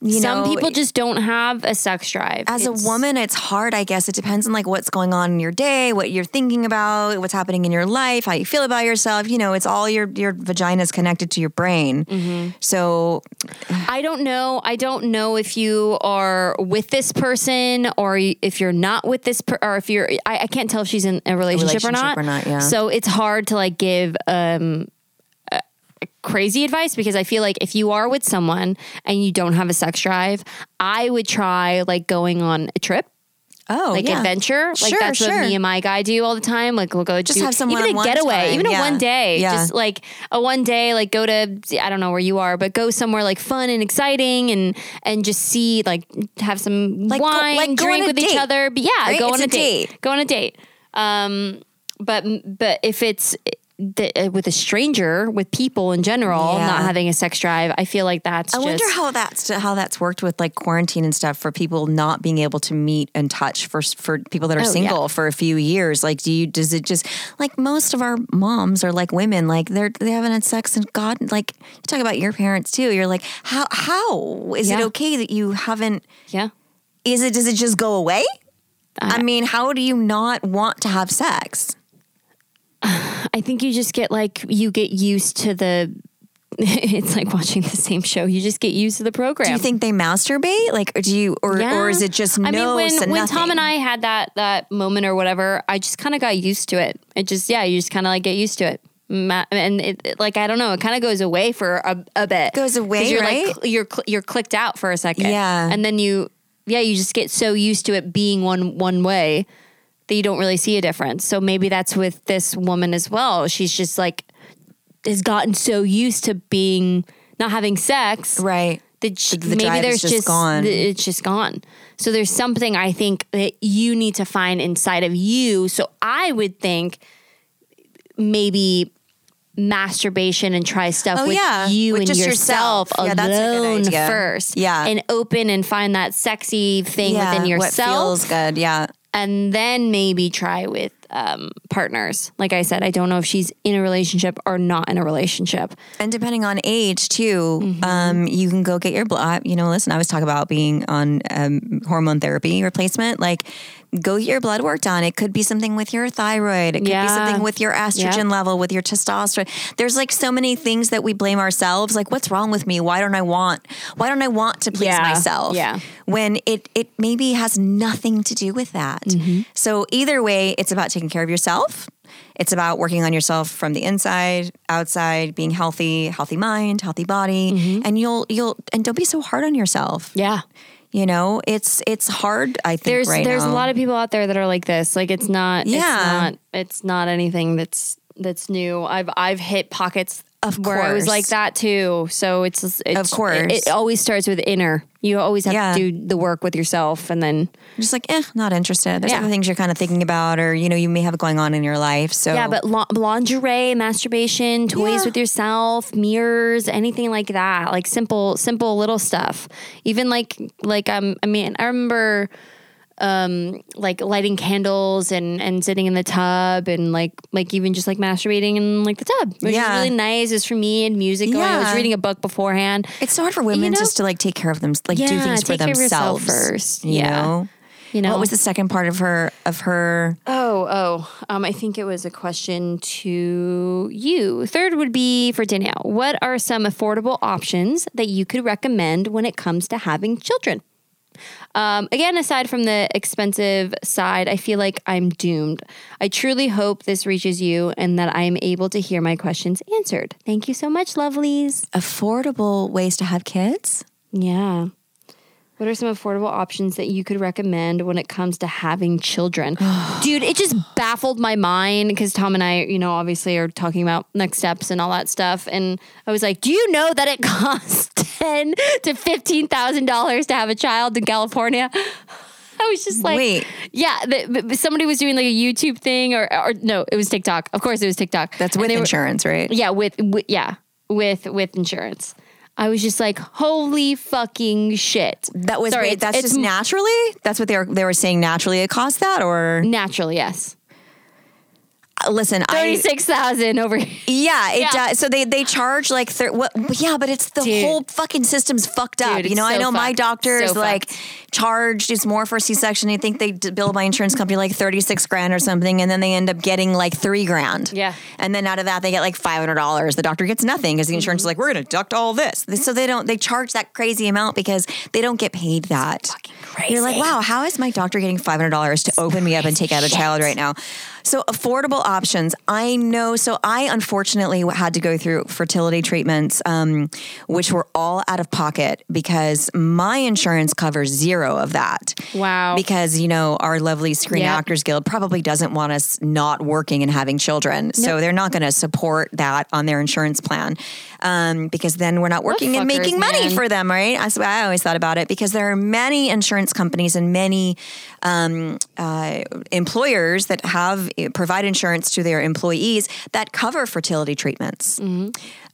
[SPEAKER 5] you
[SPEAKER 4] Some
[SPEAKER 5] know,
[SPEAKER 4] people just don't have a sex drive.
[SPEAKER 5] as
[SPEAKER 4] It's-
[SPEAKER 5] a woman, it's hard, I guess. It depends on like what's going on in your day, what you're thinking about, what's happening in your life, how you feel about yourself. You know, it's all your your vagina is connected to your brain.
[SPEAKER 4] Mm-hmm.
[SPEAKER 5] So
[SPEAKER 4] [SIGHS] I don't know. I don't know if you are with this person or y- if you're not with this, per- or if you're. I, I can't tell if she's in a relationship,
[SPEAKER 5] relationship or not, yeah.
[SPEAKER 4] So it's hard to like give um uh, crazy advice because I feel like if you are with someone and you don't have a sex drive, I would try like going on a trip.
[SPEAKER 5] oh,
[SPEAKER 4] Like
[SPEAKER 5] yeah.
[SPEAKER 4] adventure, like
[SPEAKER 5] Sure,
[SPEAKER 4] that's
[SPEAKER 5] sure.
[SPEAKER 4] what me and my guy do all the time. Like we'll go just do,
[SPEAKER 5] have some
[SPEAKER 4] even a
[SPEAKER 5] one-on-one
[SPEAKER 4] getaway,
[SPEAKER 5] time.
[SPEAKER 4] even
[SPEAKER 5] Yeah.
[SPEAKER 4] a one day,
[SPEAKER 5] Yeah.
[SPEAKER 4] just like a one day like go to i don't know where you are but go somewhere like fun and exciting and and just see like have some
[SPEAKER 5] Like go-
[SPEAKER 4] wine
[SPEAKER 5] like go
[SPEAKER 4] drink
[SPEAKER 5] on a
[SPEAKER 4] with each
[SPEAKER 5] date,
[SPEAKER 4] other but yeah
[SPEAKER 5] right?
[SPEAKER 4] go
[SPEAKER 5] It's
[SPEAKER 4] on a,
[SPEAKER 5] a
[SPEAKER 4] date.
[SPEAKER 5] date.
[SPEAKER 4] go on a date um but but if it's the, uh, with a stranger with people in general
[SPEAKER 5] Yeah.
[SPEAKER 4] not having a sex drive i feel like that's
[SPEAKER 5] I wonder
[SPEAKER 4] just-
[SPEAKER 5] how that's how that's worked with like quarantine and stuff for people not being able to meet and touch for for people that are
[SPEAKER 4] Oh, yeah.
[SPEAKER 5] single for a few years. Like, do you does it just like most of our moms are like women like they're they haven't had sex and God like you talk about your parents too. You're like how how is it
[SPEAKER 4] Yeah.
[SPEAKER 5] okay that you haven't
[SPEAKER 4] yeah
[SPEAKER 5] is it does it just go away?
[SPEAKER 4] Uh,
[SPEAKER 5] I mean, how do you not want to have sex?
[SPEAKER 4] I think you just get like you get used to the. [LAUGHS] it's like watching the same show. You just get used to the program.
[SPEAKER 5] Do you think they masturbate? Like, or do you, or, or is it just no?
[SPEAKER 4] I mean, when
[SPEAKER 5] so
[SPEAKER 4] when
[SPEAKER 5] nothing?
[SPEAKER 4] Tom and I had that that moment or whatever, I just kind of got used to it. It just yeah, you just kind of like get used to it. Ma- And it, it- like I don't know, it kind of goes away for a, a bit.
[SPEAKER 5] Goes
[SPEAKER 4] 'Cause
[SPEAKER 5] away,
[SPEAKER 4] you're
[SPEAKER 5] right?
[SPEAKER 4] Like, cl- you're cl- you're clicked out for a second.
[SPEAKER 5] Yeah.
[SPEAKER 4] and then you yeah, you just get so used to it being one one way that you don't really see a difference. So maybe that's with this woman as well. She's just like has gotten so used to being not having sex
[SPEAKER 5] right.
[SPEAKER 4] the, j-
[SPEAKER 5] The- the
[SPEAKER 4] maybe
[SPEAKER 5] drive is
[SPEAKER 4] there's
[SPEAKER 5] just gone.
[SPEAKER 4] th- it's just gone. So there's something I think that you need to find inside of you. So I would think maybe masturbation and try stuff
[SPEAKER 5] Oh,
[SPEAKER 4] with
[SPEAKER 5] yeah.
[SPEAKER 4] you
[SPEAKER 5] With
[SPEAKER 4] and
[SPEAKER 5] just
[SPEAKER 4] yourself,
[SPEAKER 5] yourself. Yeah, that's a good
[SPEAKER 4] alone
[SPEAKER 5] idea.
[SPEAKER 4] first.
[SPEAKER 5] Yeah.
[SPEAKER 4] And open and find that sexy thing within
[SPEAKER 5] What
[SPEAKER 4] yourself
[SPEAKER 5] feels good. Yeah.
[SPEAKER 4] and then maybe try with um, partners. Like I said, I don't know if she's in a relationship or not in a relationship.
[SPEAKER 5] And depending on age too,
[SPEAKER 4] Mm-hmm.
[SPEAKER 5] um, you can go get your blood. You know, listen, I always talk about being on um, hormone therapy replacement. Like, go get your blood work done. It could be something with your thyroid. It could be
[SPEAKER 4] Yeah.
[SPEAKER 5] something with your estrogen
[SPEAKER 4] Yep.
[SPEAKER 5] level, with your testosterone. There's like so many things that we blame ourselves. Like, what's wrong with me? Why don't I want? Why don't I want to please
[SPEAKER 4] Yeah.
[SPEAKER 5] myself?
[SPEAKER 4] Yeah.
[SPEAKER 5] When it it maybe has nothing to do with that.
[SPEAKER 4] Mm-hmm.
[SPEAKER 5] So either way, it's about taking care of yourself. It's about working on yourself from the inside, outside, being healthy, healthy mind, healthy body, and you'll you'll and don't be so hard on yourself.
[SPEAKER 4] Mm-hmm. Yeah.
[SPEAKER 5] You know, it's it's hard. I think
[SPEAKER 4] there's
[SPEAKER 5] right
[SPEAKER 4] there's
[SPEAKER 5] now.
[SPEAKER 4] a lot of people out there that are like this. Like it's not yeah.
[SPEAKER 5] Yeah.
[SPEAKER 4] it's not it's not anything that's that's new. I've I've hit pockets
[SPEAKER 5] Of
[SPEAKER 4] where I was
[SPEAKER 5] course.
[SPEAKER 4] like that too. So it's, it's
[SPEAKER 5] Of course.
[SPEAKER 4] it, it always starts with inner. You always have
[SPEAKER 5] Yeah.
[SPEAKER 4] to do the work with yourself and then
[SPEAKER 5] just like eh, not interested. There's
[SPEAKER 4] Yeah.
[SPEAKER 5] other things you're kind of thinking about, or you know, you may have going on in your life. So
[SPEAKER 4] yeah, but la- lingerie, masturbation, toys
[SPEAKER 5] Yeah.
[SPEAKER 4] with yourself, mirrors, anything like that, like simple, simple little stuff. Even like, like um, I mean, I remember, um, like lighting candles and and sitting in the tub and like like even just like masturbating in like the tub, which
[SPEAKER 5] Yeah.
[SPEAKER 4] is really nice. It was for me and music. Going. I was
[SPEAKER 5] Yeah.
[SPEAKER 4] reading a book beforehand.
[SPEAKER 5] it's so hard for women
[SPEAKER 4] know-
[SPEAKER 5] just to like take care of them, like do
[SPEAKER 4] Yeah,
[SPEAKER 5] things for
[SPEAKER 4] take care of yourself
[SPEAKER 5] themselves
[SPEAKER 4] first.
[SPEAKER 5] You
[SPEAKER 4] Yeah.
[SPEAKER 5] know?
[SPEAKER 4] You know
[SPEAKER 5] What was the second part of her of her
[SPEAKER 4] Oh, oh. Um, I think it was a question to you. Third would be for Danielle. What are some affordable options that you could recommend when it comes to having children? Um, again, aside from the expensive side, I feel like I'm doomed. I truly hope this reaches you and that I am able to hear my questions answered. Thank you so much, lovelies.
[SPEAKER 5] affordable ways to have kids?
[SPEAKER 4] Yeah. What are some affordable options that you could recommend when it comes to
[SPEAKER 5] [GASPS]
[SPEAKER 4] having children? Dude, it just baffled my mind because Tom and I, you know, obviously are talking about next steps and all that stuff. And I was like, do you know that it [LAUGHS] costs ten to fifteen thousand dollars to have a child in California? [LAUGHS] I was just like,
[SPEAKER 5] Wait.
[SPEAKER 4] yeah. The, but- but somebody was doing like a YouTube thing, or or no, it was TikTok. Of course, it was TikTok.
[SPEAKER 5] That's
[SPEAKER 4] And
[SPEAKER 5] with
[SPEAKER 4] they were-
[SPEAKER 5] insurance, right?
[SPEAKER 4] yeah, with, with yeah, with with insurance. I was just like, holy fucking shit.
[SPEAKER 5] That was
[SPEAKER 4] Sorry,
[SPEAKER 5] wait,
[SPEAKER 4] it's-
[SPEAKER 5] that's
[SPEAKER 4] it's
[SPEAKER 5] just
[SPEAKER 4] m-
[SPEAKER 5] naturally? That's what they were they were saying naturally it cost that or
[SPEAKER 4] Naturally, yes.
[SPEAKER 5] listen,
[SPEAKER 4] Thirty
[SPEAKER 5] I
[SPEAKER 4] six thousand over here.
[SPEAKER 5] yeah, it
[SPEAKER 4] Yeah.
[SPEAKER 5] does. So they they charge like thir- what? Yeah, but it's the
[SPEAKER 4] Dude.
[SPEAKER 5] whole fucking system's fucked up.
[SPEAKER 4] Dude,
[SPEAKER 5] you know,
[SPEAKER 4] it's
[SPEAKER 5] I
[SPEAKER 4] so
[SPEAKER 5] know my
[SPEAKER 4] fucked.
[SPEAKER 5] doctor is
[SPEAKER 4] So
[SPEAKER 5] like charged. It's more for C section. I think they d- bill my insurance company like thirty six grand or something, and then they end up getting like three grand.
[SPEAKER 4] Yeah.
[SPEAKER 5] and then out of that they get like five hundred dollars. The doctor gets nothing because the insurance is like we're gonna deduct all this. They- So they don't they charge that crazy amount because they don't get paid that. You're like,
[SPEAKER 4] crazy.
[SPEAKER 5] wow, how is my doctor getting five hundred dollars to open me up and take out a child right now? So affordable options. I know. So I unfortunately had to go through fertility treatments, um, which were all out of pocket because my insurance covers zero of that.
[SPEAKER 4] Wow.
[SPEAKER 5] Because you know our lovely Screen
[SPEAKER 4] Yep.
[SPEAKER 5] Actors Guild probably doesn't want us not working and having children, so they're not going to support that on their insurance plan um, because then we're not working and
[SPEAKER 4] fuckers,
[SPEAKER 5] making money
[SPEAKER 4] man.
[SPEAKER 5] for them, right? That's what I always thought about it because there are many insurance companies and many um, uh, employers that have eh, provide insurance to their employees that cover fertility treatments.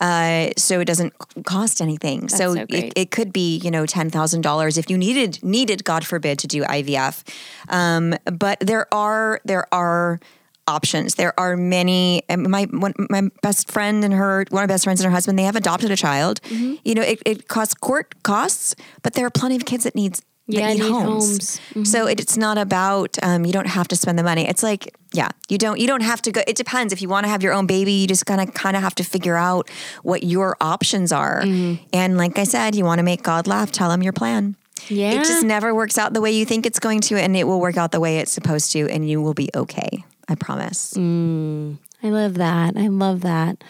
[SPEAKER 5] Uh, so it doesn't cost anything. so
[SPEAKER 4] so
[SPEAKER 5] it,
[SPEAKER 4] great.
[SPEAKER 5] it could be you know ten thousand dollars if you needed needed God forbid to do IVF. Um, but there are there are options. There are many. and My one, my best friend and her one of my best friends and her husband they have adopted a child.
[SPEAKER 4] Mm-hmm.
[SPEAKER 5] You know it, it costs court costs, but there are plenty of kids that needs. that
[SPEAKER 4] Yeah,
[SPEAKER 5] need
[SPEAKER 4] need
[SPEAKER 5] homes.
[SPEAKER 4] homes.
[SPEAKER 5] So it, it's not about um, you don't have to spend the money. It's like yeah, you don't you don't have to go. It depends if you want to have your own baby. You just kind of kind of have to figure out what your options are.
[SPEAKER 4] Mm-hmm.
[SPEAKER 5] And like I said, you want to make God laugh. Tell him your plan.
[SPEAKER 4] Yeah.
[SPEAKER 5] It just never works out the way you think it's going to, and it will work out the way it's supposed to, and you will be okay. I promise.
[SPEAKER 4] Mm. I love that. I love that.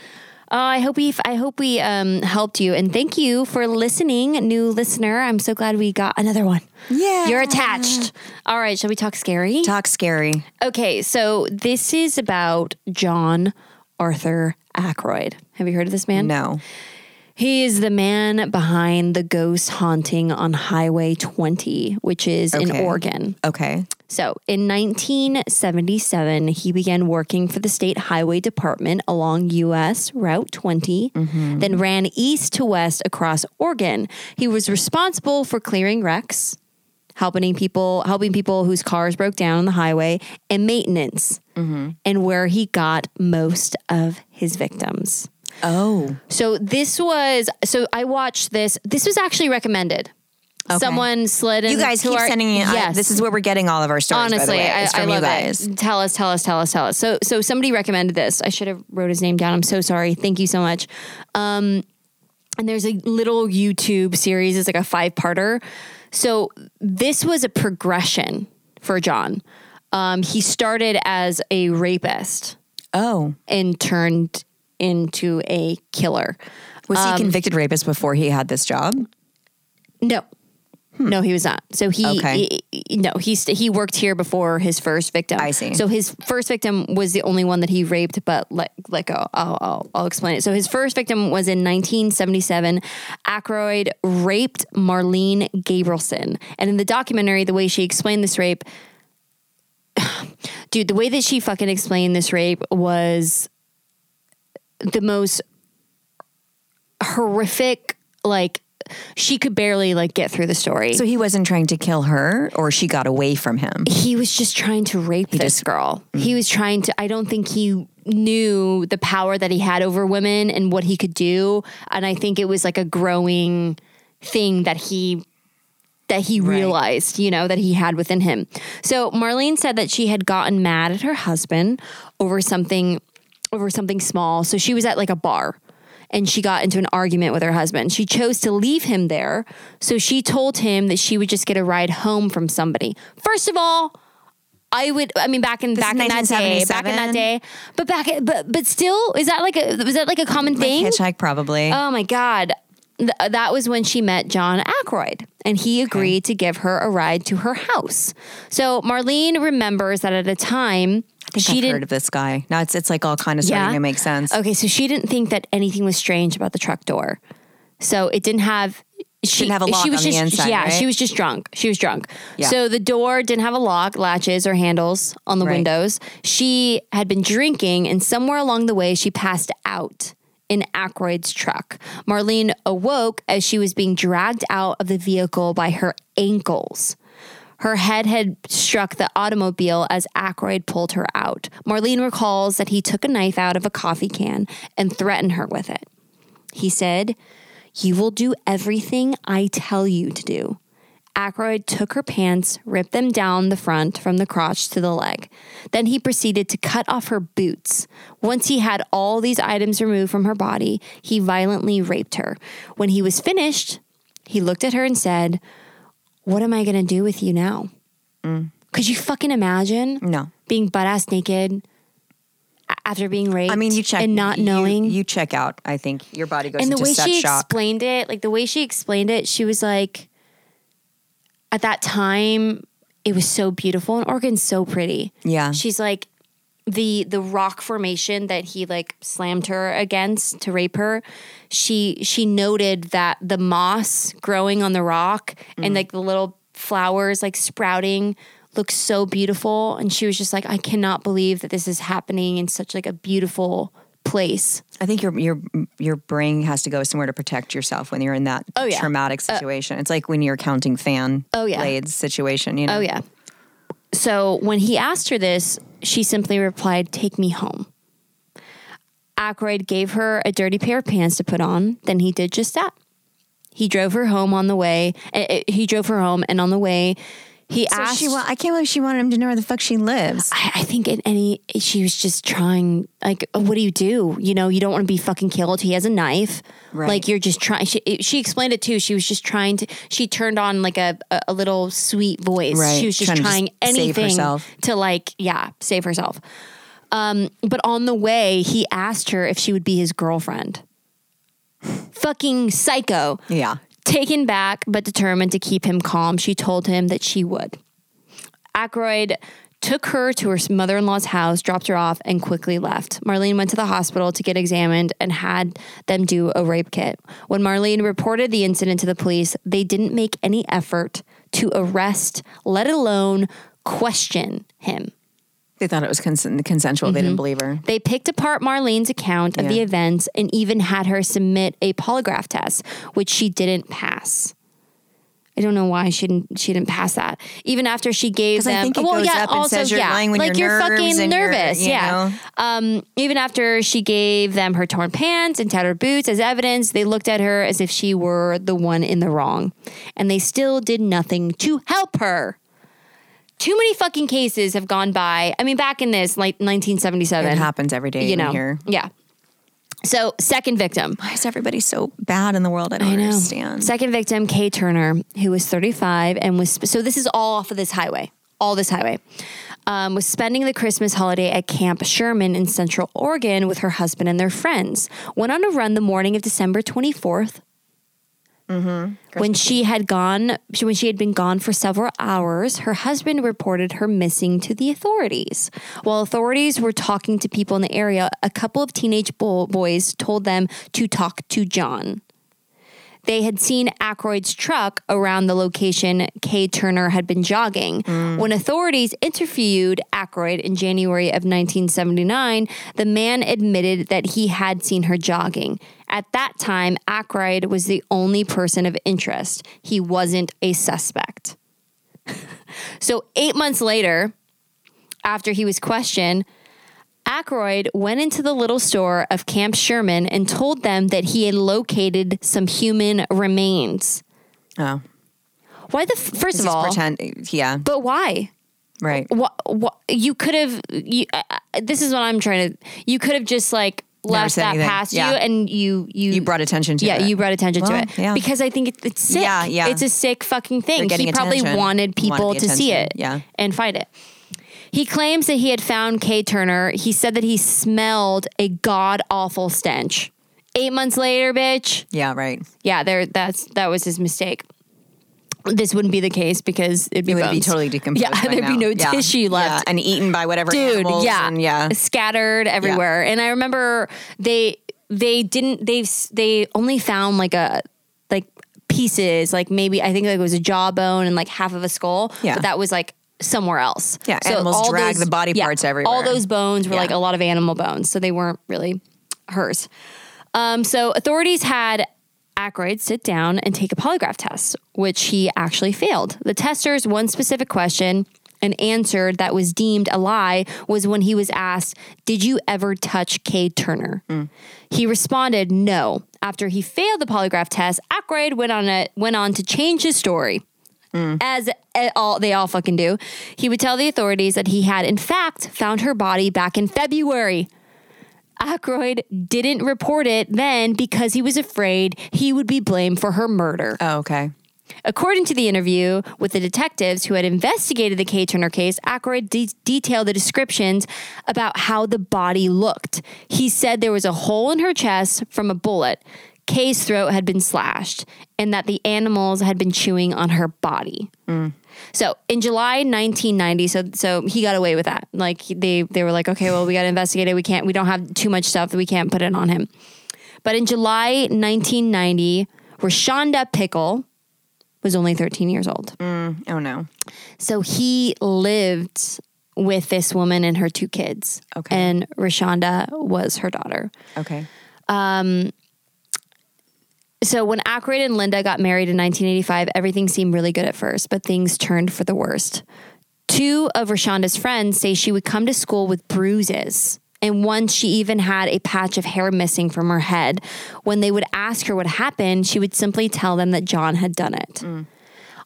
[SPEAKER 4] Oh, I hope we I hope we um, helped you, and thank you for listening, new listener. I'm so glad we got another one.
[SPEAKER 5] Yeah.
[SPEAKER 4] You're attached. All right, shall we talk scary?
[SPEAKER 5] Talk scary.
[SPEAKER 4] Okay, so this is about John Arthur Ackroyd. Have you heard of this man?
[SPEAKER 5] No.
[SPEAKER 4] He is the man behind the ghost haunting on Highway 20, which is in
[SPEAKER 5] Okay.
[SPEAKER 4] Oregon.
[SPEAKER 5] Okay.
[SPEAKER 4] So in 1977, he began working for the state highway department along U.S. Route 20, then ran east to west across Oregon. He was responsible for clearing wrecks, helping people, helping people whose cars broke down on the highway, and maintenance, and where he got most of his victims.
[SPEAKER 5] Oh.
[SPEAKER 4] So this was so I watched this. This was actually recommended. Someone slid in.
[SPEAKER 5] You guys
[SPEAKER 4] to
[SPEAKER 5] keep
[SPEAKER 4] our-
[SPEAKER 5] sending in. I-
[SPEAKER 4] Yes
[SPEAKER 5] this is where we're getting all of our stories. by the
[SPEAKER 4] honestly
[SPEAKER 5] way,
[SPEAKER 4] I,
[SPEAKER 5] is from
[SPEAKER 4] I love
[SPEAKER 5] you guys.
[SPEAKER 4] it tell us tell us tell us tell us so so somebody recommended this i should have wrote his name down i'm so sorry thank you so much um and there's a little youtube series it's like a five parter so this was a progression for john um he started as a rapist
[SPEAKER 5] Oh.
[SPEAKER 4] and turned into a killer
[SPEAKER 5] Was
[SPEAKER 4] Um,
[SPEAKER 5] he convicted rapist before he had this job?
[SPEAKER 4] No. No, he was not. So he,
[SPEAKER 5] Hmm. Okay.
[SPEAKER 4] he- no, he st- he worked here before his first victim.
[SPEAKER 5] I see.
[SPEAKER 4] So his first victim was the only one that he raped, but let let go. I'll, I'll I'll explain it. So his first victim was in 1977. Ackroyd raped Marlene Gabrielson, and in the documentary, the way she explained this rape, [SIGHS] dude, the way that she fucking explained this rape was the most horrific. Like she could barely like get through the story.
[SPEAKER 5] So he wasn't trying to kill her, or she got away from him.
[SPEAKER 4] he was just trying to rape this girl. He was trying to. I don't think he knew the power that he had over women and what he could do. And I think it was like a growing thing that he that he realized, you know, that he had within him. So Marlene said that she had gotten mad at her husband over something over something small. So she was at like a bar and she got into an argument with her husband. She chose to leave him there. So she told him that she would just get a ride home from somebody. First of all, I would I mean back in back
[SPEAKER 5] is
[SPEAKER 4] in that day, back in that
[SPEAKER 5] 1977?
[SPEAKER 4] day. But back but but still is that like a was that like a common thing?
[SPEAKER 5] Hitchhike, probably.
[SPEAKER 4] Oh my God. Th- uh, that was when she met John Aykroyd, and he agreed to give her a ride to her house. So Marlene remembers that at a time
[SPEAKER 5] I think
[SPEAKER 4] she
[SPEAKER 5] I've
[SPEAKER 4] didn't.
[SPEAKER 5] heard of this guy. Now it's it's like all kind of starting
[SPEAKER 4] Yeah.
[SPEAKER 5] to make sense.
[SPEAKER 4] Okay, so she didn't think that anything was strange about the truck door. So it didn't have. She
[SPEAKER 5] Didn't have a lock
[SPEAKER 4] she was
[SPEAKER 5] on the
[SPEAKER 4] just,
[SPEAKER 5] inside,
[SPEAKER 4] Yeah,
[SPEAKER 5] right?
[SPEAKER 4] she was just drunk. She was drunk.
[SPEAKER 5] Yeah.
[SPEAKER 4] So the door didn't have a lock, latches, or handles on the
[SPEAKER 5] Right.
[SPEAKER 4] windows. She had been drinking, and somewhere along the way, she passed out in Aykroyd's truck. Marlene awoke as she was being dragged out of the vehicle by her ankles. Her head had struck the automobile as Aykroyd pulled her out. Marlene recalls that he took a knife out of a coffee can and threatened her with it. He said, You will do everything I tell you to do. Aykroyd took her pants, ripped them down the front from the crotch to the leg. Then he proceeded to cut off her boots. Once he had all these items removed from her body, he violently raped her. When he was finished, he looked at her and said, What am I going to do with you now?
[SPEAKER 5] Mm.
[SPEAKER 4] Could you fucking imagine
[SPEAKER 5] No.
[SPEAKER 4] being butt ass naked a- after being raped?
[SPEAKER 5] I mean, you check
[SPEAKER 4] and not
[SPEAKER 5] you-
[SPEAKER 4] knowing
[SPEAKER 5] You, check out. I think your body goes
[SPEAKER 4] and the
[SPEAKER 5] into
[SPEAKER 4] way
[SPEAKER 5] such
[SPEAKER 4] she
[SPEAKER 5] shock.
[SPEAKER 4] explained it like the way she explained it she was like at that time it was so beautiful and oregon's so pretty
[SPEAKER 5] Yeah.
[SPEAKER 4] she's like the the rock formation that he like slammed her against to rape her she she noted that the moss growing on the rock
[SPEAKER 5] Mm-hmm.
[SPEAKER 4] and like the little flowers like sprouting looks so beautiful and she was just like i cannot believe that this is happening in such like a beautiful place
[SPEAKER 5] I think your your your brain has to go somewhere to protect yourself when you're in that
[SPEAKER 4] Oh, yeah.
[SPEAKER 5] traumatic situation. it's like when you're counting fan
[SPEAKER 4] Oh, yeah.
[SPEAKER 5] blades situation. You know.
[SPEAKER 4] Oh, yeah. So when he asked her this, she simply replied, Take me home. Aykroyd gave her a dirty pair of pants to put on. Then he did just that. He drove her home on the way. eh, eh, He drove her home, and on the way, he
[SPEAKER 5] So
[SPEAKER 4] asked.
[SPEAKER 5] she, wa- I can't believe she wanted him to know where the fuck she lives.
[SPEAKER 4] I, I think in any, she was just trying, like, oh, what do you do? You know, you don't want to be fucking killed. He has a knife.
[SPEAKER 5] Right.
[SPEAKER 4] Like, you're just trying. She, it- she explained it too. She was just trying to, she turned on like a, a, a little sweet voice.
[SPEAKER 5] Right.
[SPEAKER 4] She was just
[SPEAKER 5] Trying to just
[SPEAKER 4] trying
[SPEAKER 5] save
[SPEAKER 4] anything
[SPEAKER 5] herself.
[SPEAKER 4] to, like, yeah, save herself. Um, but on the way, he asked her if she would be his girlfriend. fucking psycho.
[SPEAKER 5] Yeah.
[SPEAKER 4] Taken back but determined to keep him calm, she told him that she would. Aykroyd took her to her mother in law's house, dropped her off, and quickly left. Marlene went to the hospital to get examined and had them do a rape kit. When Marlene reported the incident to the police, they didn't make any effort to arrest, let alone question him.
[SPEAKER 5] They thought it was consent- consensual. They
[SPEAKER 4] Mm-hmm.
[SPEAKER 5] didn't believe her.
[SPEAKER 4] They picked apart Marlene's account of
[SPEAKER 5] Yeah.
[SPEAKER 4] the events and even had her submit a polygraph test, which she didn't pass. I don't know why she didn't. She didn't pass that. Even after she gave
[SPEAKER 5] 'Cause I
[SPEAKER 4] them,
[SPEAKER 5] think it goes up and says you're lying when
[SPEAKER 4] like
[SPEAKER 5] your
[SPEAKER 4] you're
[SPEAKER 5] nerves
[SPEAKER 4] fucking
[SPEAKER 5] and your-
[SPEAKER 4] nervous,
[SPEAKER 5] you
[SPEAKER 4] yeah.
[SPEAKER 5] know?
[SPEAKER 4] Um, even after she gave them her torn pants and tattered boots as evidence, they looked at her as if she were the one in the wrong, and they still did nothing to help her. Too many fucking cases have gone by. I mean, back in this like 1977,
[SPEAKER 5] It happens every day.
[SPEAKER 4] you
[SPEAKER 5] in
[SPEAKER 4] know.
[SPEAKER 5] Here.
[SPEAKER 4] Yeah. So second victim.
[SPEAKER 5] Why is everybody so bad in the world? I don't understand.
[SPEAKER 4] Second victim, Kay Turner, who was 35 and was so this is all off of this highway, all this highway, um, was spending the Christmas holiday at Camp Sherman in Central Oregon with her husband and their friends. Went on a run the morning of December 24th. When she had gone, she- when she had been gone for several hours, her husband reported her missing to the authorities. While authorities were talking to people in the area, a couple of teenage bo- boys told them to talk to John. They had seen Aykroyd's truck around the location Kay Turner had been jogging. When authorities interviewed Aykroyd in January of 1979, the man admitted that he had seen her jogging. At that time, Aykroyd was the only person of interest. He wasn't a suspect. [LAUGHS] so, eight months later, after he was questioned, Aykroyd went into the little store of Camp Sherman and told them that he had located some human remains.
[SPEAKER 5] Oh,
[SPEAKER 4] Why the f- first of
[SPEAKER 5] Just
[SPEAKER 4] all?
[SPEAKER 5] pretend. Yeah.
[SPEAKER 4] but why?
[SPEAKER 5] Right.
[SPEAKER 4] Wha wha- you could have. You, uh, uh, this is what I'm trying to. You could have just like left
[SPEAKER 5] said
[SPEAKER 4] that
[SPEAKER 5] anything.
[SPEAKER 4] past
[SPEAKER 5] Yeah.
[SPEAKER 4] you, and you you
[SPEAKER 5] You brought attention to
[SPEAKER 4] Mm. yeah,
[SPEAKER 5] it.
[SPEAKER 4] you brought attention
[SPEAKER 5] Well,
[SPEAKER 4] to it
[SPEAKER 5] yeah.
[SPEAKER 4] because I think it, it's sick.
[SPEAKER 5] Yeah, yeah.
[SPEAKER 4] It's a sick fucking thing.
[SPEAKER 5] They're getting
[SPEAKER 4] He probably
[SPEAKER 5] attention.
[SPEAKER 4] wanted
[SPEAKER 5] Wanted
[SPEAKER 4] people
[SPEAKER 5] the
[SPEAKER 4] to see
[SPEAKER 5] attention.
[SPEAKER 4] it
[SPEAKER 5] Yeah.
[SPEAKER 4] and fight it. He claims that he had found Kay Turner. He said that he smelled a god awful stench. Eight months later, bitch.
[SPEAKER 5] Yeah. Right.
[SPEAKER 4] Yeah, there. That's that was his mistake. This wouldn't be the case because it'd be
[SPEAKER 5] It would be
[SPEAKER 4] bones.
[SPEAKER 5] totally decomposed.
[SPEAKER 4] [LAUGHS] Yeah,
[SPEAKER 5] by
[SPEAKER 4] there'd be
[SPEAKER 5] now.
[SPEAKER 4] no
[SPEAKER 5] Yeah.
[SPEAKER 4] tissue left
[SPEAKER 5] Yeah, and eaten by whatever. animals And yeah.
[SPEAKER 4] scattered everywhere. And I remember they they didn't they they only found like a like pieces, like maybe I think like it was a jawbone and like half of a skull.
[SPEAKER 5] Yeah.
[SPEAKER 4] but that was like somewhere else.
[SPEAKER 5] Yeah, animals drag the body parts
[SPEAKER 4] All
[SPEAKER 5] everywhere.
[SPEAKER 4] those bones were
[SPEAKER 5] Yeah.
[SPEAKER 4] like a lot of animal bones, so they weren't really hers. Um, so authorities had Aykroyd sit down and take a polygraph test, which he actually failed. The tester's one specific question and answered that was deemed a lie was when he was asked, Did you ever touch Kay Turner?
[SPEAKER 5] Mm.
[SPEAKER 4] He responded, No. After he failed the polygraph test, Aykroyd went on, a, went on to change his story as it all they all fucking do. He would tell the authorities that he had in fact found her body back in February. Aykroyd didn't report it then because he was afraid he would be blamed for her murder.
[SPEAKER 5] Oh, okay.
[SPEAKER 4] According to the interview with the detectives who had investigated the K. Turner case, Aykroyd de- detailed the descriptions about how the body looked. He said there was a hole in her chest from a bullet, Kay's throat had been slashed, and that the animals had been chewing on her body. So in July 1990, so so he got away with that. Like he- they they were like, okay, well we got to investigate it. We can't. We don't have too much stuff that we can't put it on him. But in July 1990, Rashonda Pickle was only 13 years old.
[SPEAKER 5] Oh no.
[SPEAKER 4] So he lived with this woman and her two kids.
[SPEAKER 5] Okay.
[SPEAKER 4] And Rashonda was her daughter.
[SPEAKER 5] Okay.
[SPEAKER 4] So when Aykroyd and Linda got married in 1985, everything seemed really good at first, but things turned for the worst. Two of Rashonda's friends say she would come to school with bruises. And once she even had a patch of hair missing from her head. When they would ask her what happened, she would simply tell them that John had done it.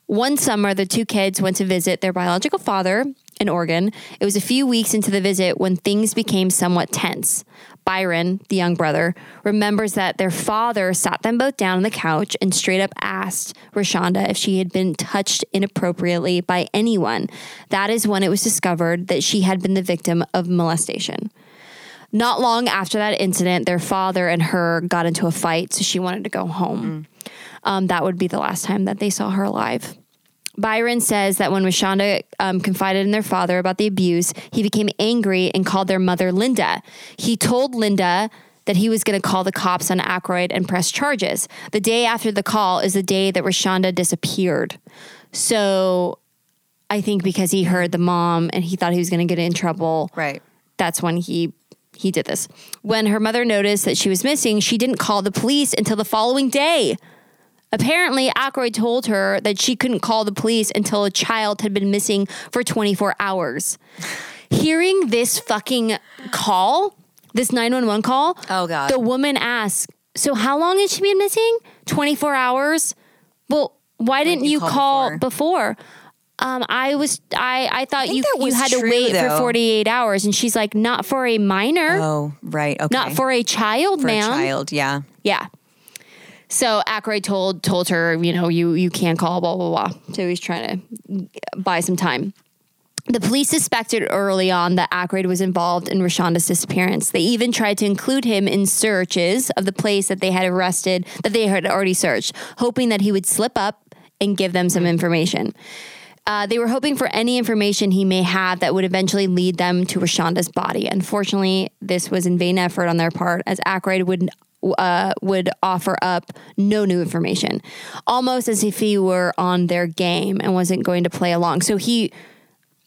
[SPEAKER 4] One summer, the two kids went to visit their biological father in Oregon. It was a few weeks into the visit when things became somewhat tense. Byron, the young brother, remembers that their father sat them both down on the couch and straight up asked Rashonda if she had been touched inappropriately by anyone. That is when it was discovered that she had been the victim of molestation. Not long after that incident, their father and her got into a fight, so she wanted to go home. Um, that would be the last time that they saw her alive. Byron says that when Rashonda um, confided in their father about the abuse, he became angry and called their mother Linda. He told Linda that he was going to call the cops on Aykroyd and press charges. The day after the call is the day that Rashonda disappeared. So I think because he heard the mom and he thought he was going to get in trouble
[SPEAKER 5] Right.
[SPEAKER 4] that's when he he did this. When her mother noticed that she was missing, she didn't call the police until the following day. Apparently, Aykroyd told her that she couldn't call the police until a child had been missing for 24 hours. Hearing this fucking call, this 911 call,
[SPEAKER 5] Oh, God.
[SPEAKER 4] the woman asked, "So how long has she been missing? 24 hours? Well, why didn't you,
[SPEAKER 5] call
[SPEAKER 4] call before?" Um, I was I I thought
[SPEAKER 5] think
[SPEAKER 4] you
[SPEAKER 5] that
[SPEAKER 4] you
[SPEAKER 5] was
[SPEAKER 4] had to
[SPEAKER 5] true,
[SPEAKER 4] wait for
[SPEAKER 5] though.
[SPEAKER 4] 40 48 hours. And she's like, not for a minor,
[SPEAKER 5] Oh, right. Okay.
[SPEAKER 4] not for a child,
[SPEAKER 5] For a
[SPEAKER 4] ma'am.
[SPEAKER 5] child. Yeah.
[SPEAKER 4] Yeah. So Aykroyd told told her, you know, you you can't call, blah blah blah. So he's trying to buy some time. The police suspected early on that Aykroyd was involved in Rashonda's disappearance. They even tried to include him in searches of the place that they had arrested, that they had already searched, hoping that he would slip up and give them some information. Uh, they were hoping for any information he may have that would eventually lead them to Rashonda's body. Unfortunately, this was in vain effort on their part, as Aykroyd would uh, would offer up no new information, almost as if he were on their game and wasn't going to play along. So he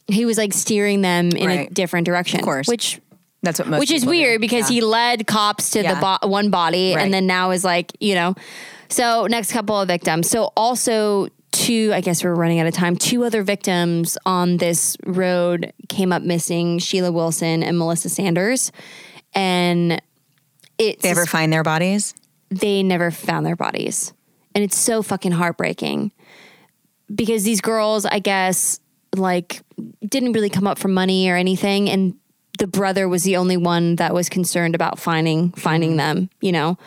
[SPEAKER 4] he was like steering them in a
[SPEAKER 5] Right.
[SPEAKER 4] different direction, of
[SPEAKER 5] course.
[SPEAKER 4] which
[SPEAKER 5] That's what most.
[SPEAKER 4] which is
[SPEAKER 5] people do.
[SPEAKER 4] weird because he led cops to the
[SPEAKER 5] Yeah.
[SPEAKER 4] bo- one body
[SPEAKER 5] Right.
[SPEAKER 4] and then now is like you know so next couple of victims so also two i guess we're running out of time two other victims on this road came up missing sheila wilson and melissa sanders and it's
[SPEAKER 5] They ever find their bodies?
[SPEAKER 4] they never found their bodies. And it's so fucking heartbreaking because these girls, I guess, like didn't really come up for money or anything and the brother was the only one that was concerned about finding finding them, you know.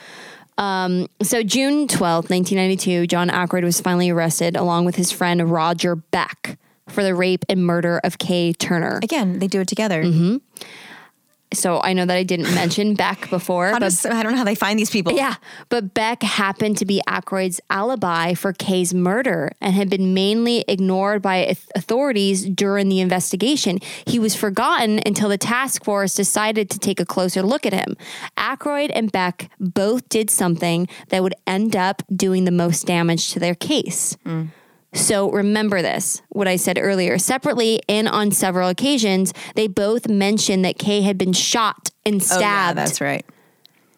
[SPEAKER 4] Um, so June 12th, 1992, John Ackroyd was finally arrested along with his friend Roger Beck for the rape and murder of Kay Turner.
[SPEAKER 5] Again, they do it together.
[SPEAKER 4] Mm-hmm. So I know that I didn't mention Beck before,
[SPEAKER 5] How
[SPEAKER 4] but
[SPEAKER 5] does, I don't know how they find these people.
[SPEAKER 4] Yeah, but Beck happened to be Aykroyd's alibi for Kay's murder and had been mainly ignored by auth- authorities during the investigation. He was forgotten until the task force decided to take a closer look at him. Aykroyd and Beck both did something that would end up doing the most damage to their case. So remember this, what I said earlier. Separately and on several occasions, they both mentioned that Kay had been shot and
[SPEAKER 5] Oh, yeah,
[SPEAKER 4] stabbed
[SPEAKER 5] that's right.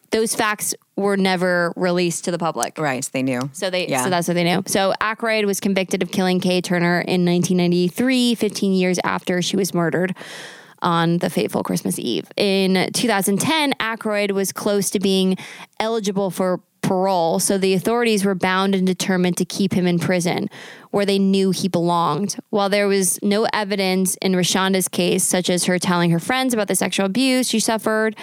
[SPEAKER 4] those facts were never released to the public.
[SPEAKER 5] Right, they knew.
[SPEAKER 4] So they
[SPEAKER 5] Yeah.
[SPEAKER 4] so that's what they knew. So Ackroyd was convicted of killing Kay Turner in 1993, 15 years after she was murdered on the fateful Christmas Eve. In 2010, Ackroyd was close to being eligible for parole, so the authorities were bound and determined to keep him in prison where they knew he belonged. While there was no evidence in Rashonda's case such as her telling her friends about the sexual abuse she suffered,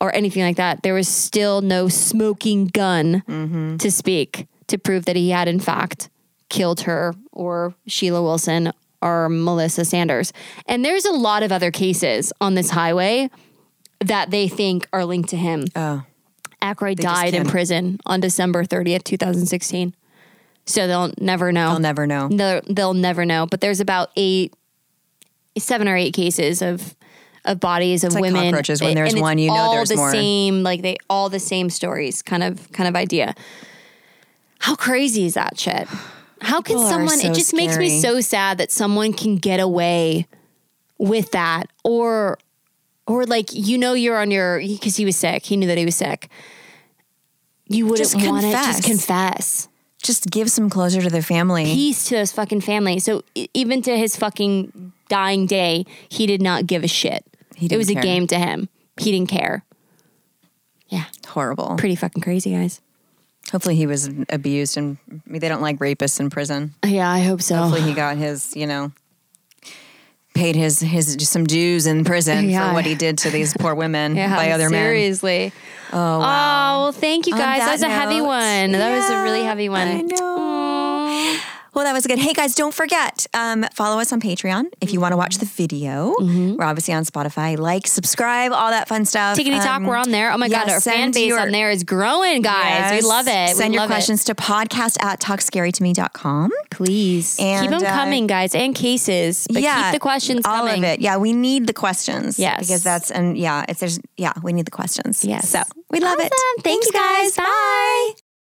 [SPEAKER 4] or anything like that, there was still no smoking gun
[SPEAKER 5] Mm-hmm.
[SPEAKER 4] to speak to prove that he had, in fact, killed her or Sheila Wilson or Melissa Sanders. And there's a lot of other cases on this highway that they think are linked to him.
[SPEAKER 5] Oh.
[SPEAKER 4] Ackroyd
[SPEAKER 5] just
[SPEAKER 4] died in
[SPEAKER 5] can't-
[SPEAKER 4] prison on December 30th, 2016. So they'll never know.
[SPEAKER 5] I'll never know.
[SPEAKER 4] No, they'll never know. But there's about eight, seven or eight cases of of bodies of
[SPEAKER 5] like
[SPEAKER 4] women.
[SPEAKER 5] cockroaches. When
[SPEAKER 4] And
[SPEAKER 5] there's
[SPEAKER 4] it's
[SPEAKER 5] one, you know
[SPEAKER 4] all
[SPEAKER 5] there's
[SPEAKER 4] the
[SPEAKER 5] more.
[SPEAKER 4] Same, like they all the same stories. Kind of, kind of idea. How crazy is that shit? How can
[SPEAKER 5] People are
[SPEAKER 4] someone?
[SPEAKER 5] so
[SPEAKER 4] it just makes me
[SPEAKER 5] scary.
[SPEAKER 4] so sad that someone can get away with that, or or like you know you're on your because he was sick. He knew that he was sick. You wouldn't
[SPEAKER 5] Just
[SPEAKER 4] want to
[SPEAKER 5] confess.
[SPEAKER 4] just confess
[SPEAKER 5] Just give some closure to the family.
[SPEAKER 4] peace to his fucking family. So e- even to his fucking dying day, he did not give a shit.
[SPEAKER 5] He
[SPEAKER 4] it
[SPEAKER 5] didn't
[SPEAKER 4] was
[SPEAKER 5] care.
[SPEAKER 4] a game to him. He didn't care. Yeah,
[SPEAKER 5] Horrible.
[SPEAKER 4] pretty fucking crazy, guys.
[SPEAKER 5] Hopefully he was abused and I mean, they don't like rapists in prison.
[SPEAKER 4] Yeah, I hope
[SPEAKER 5] [LAUGHS]
[SPEAKER 4] so.
[SPEAKER 5] Hopefully he got his, you know, paid his his some dues in prison
[SPEAKER 4] Yeah.
[SPEAKER 5] for what he did to these poor
[SPEAKER 4] [LAUGHS]
[SPEAKER 5] women by other men.
[SPEAKER 4] seriously. Oh, well, thank you
[SPEAKER 5] On
[SPEAKER 4] guys. That,
[SPEAKER 5] that
[SPEAKER 4] was a heavy
[SPEAKER 5] note,
[SPEAKER 4] one. That was a really
[SPEAKER 5] yeah,
[SPEAKER 4] heavy one.
[SPEAKER 5] I know. Well, that was good. Hey guys, don't forget, um, follow us on Patreon if you want to watch the video.
[SPEAKER 4] Mm-hmm.
[SPEAKER 5] We're obviously on Spotify. Like, subscribe, all that fun stuff.
[SPEAKER 4] Tickety Talk,
[SPEAKER 5] Um,
[SPEAKER 4] we're on there. Oh my
[SPEAKER 5] yeah,
[SPEAKER 4] God, our fan
[SPEAKER 5] send
[SPEAKER 4] base
[SPEAKER 5] your-
[SPEAKER 4] on there is growing, guys.
[SPEAKER 5] Yes.
[SPEAKER 4] We love it. We
[SPEAKER 5] Send your
[SPEAKER 4] love it.
[SPEAKER 5] questions to podcast at talkscarytome.com.
[SPEAKER 4] Please. Keep
[SPEAKER 5] And,
[SPEAKER 4] them
[SPEAKER 5] uh,
[SPEAKER 4] coming, guys, and cases. But keep the questions
[SPEAKER 5] all
[SPEAKER 4] coming.
[SPEAKER 5] of it. Yeah, we need the questions.
[SPEAKER 4] Yes.
[SPEAKER 5] because that's and yeah, if there's yeah, we need the questions.
[SPEAKER 4] Yes.
[SPEAKER 5] so we love it.
[SPEAKER 4] Awesome. Thank
[SPEAKER 5] Thanks,
[SPEAKER 4] you, guys.
[SPEAKER 5] Bye.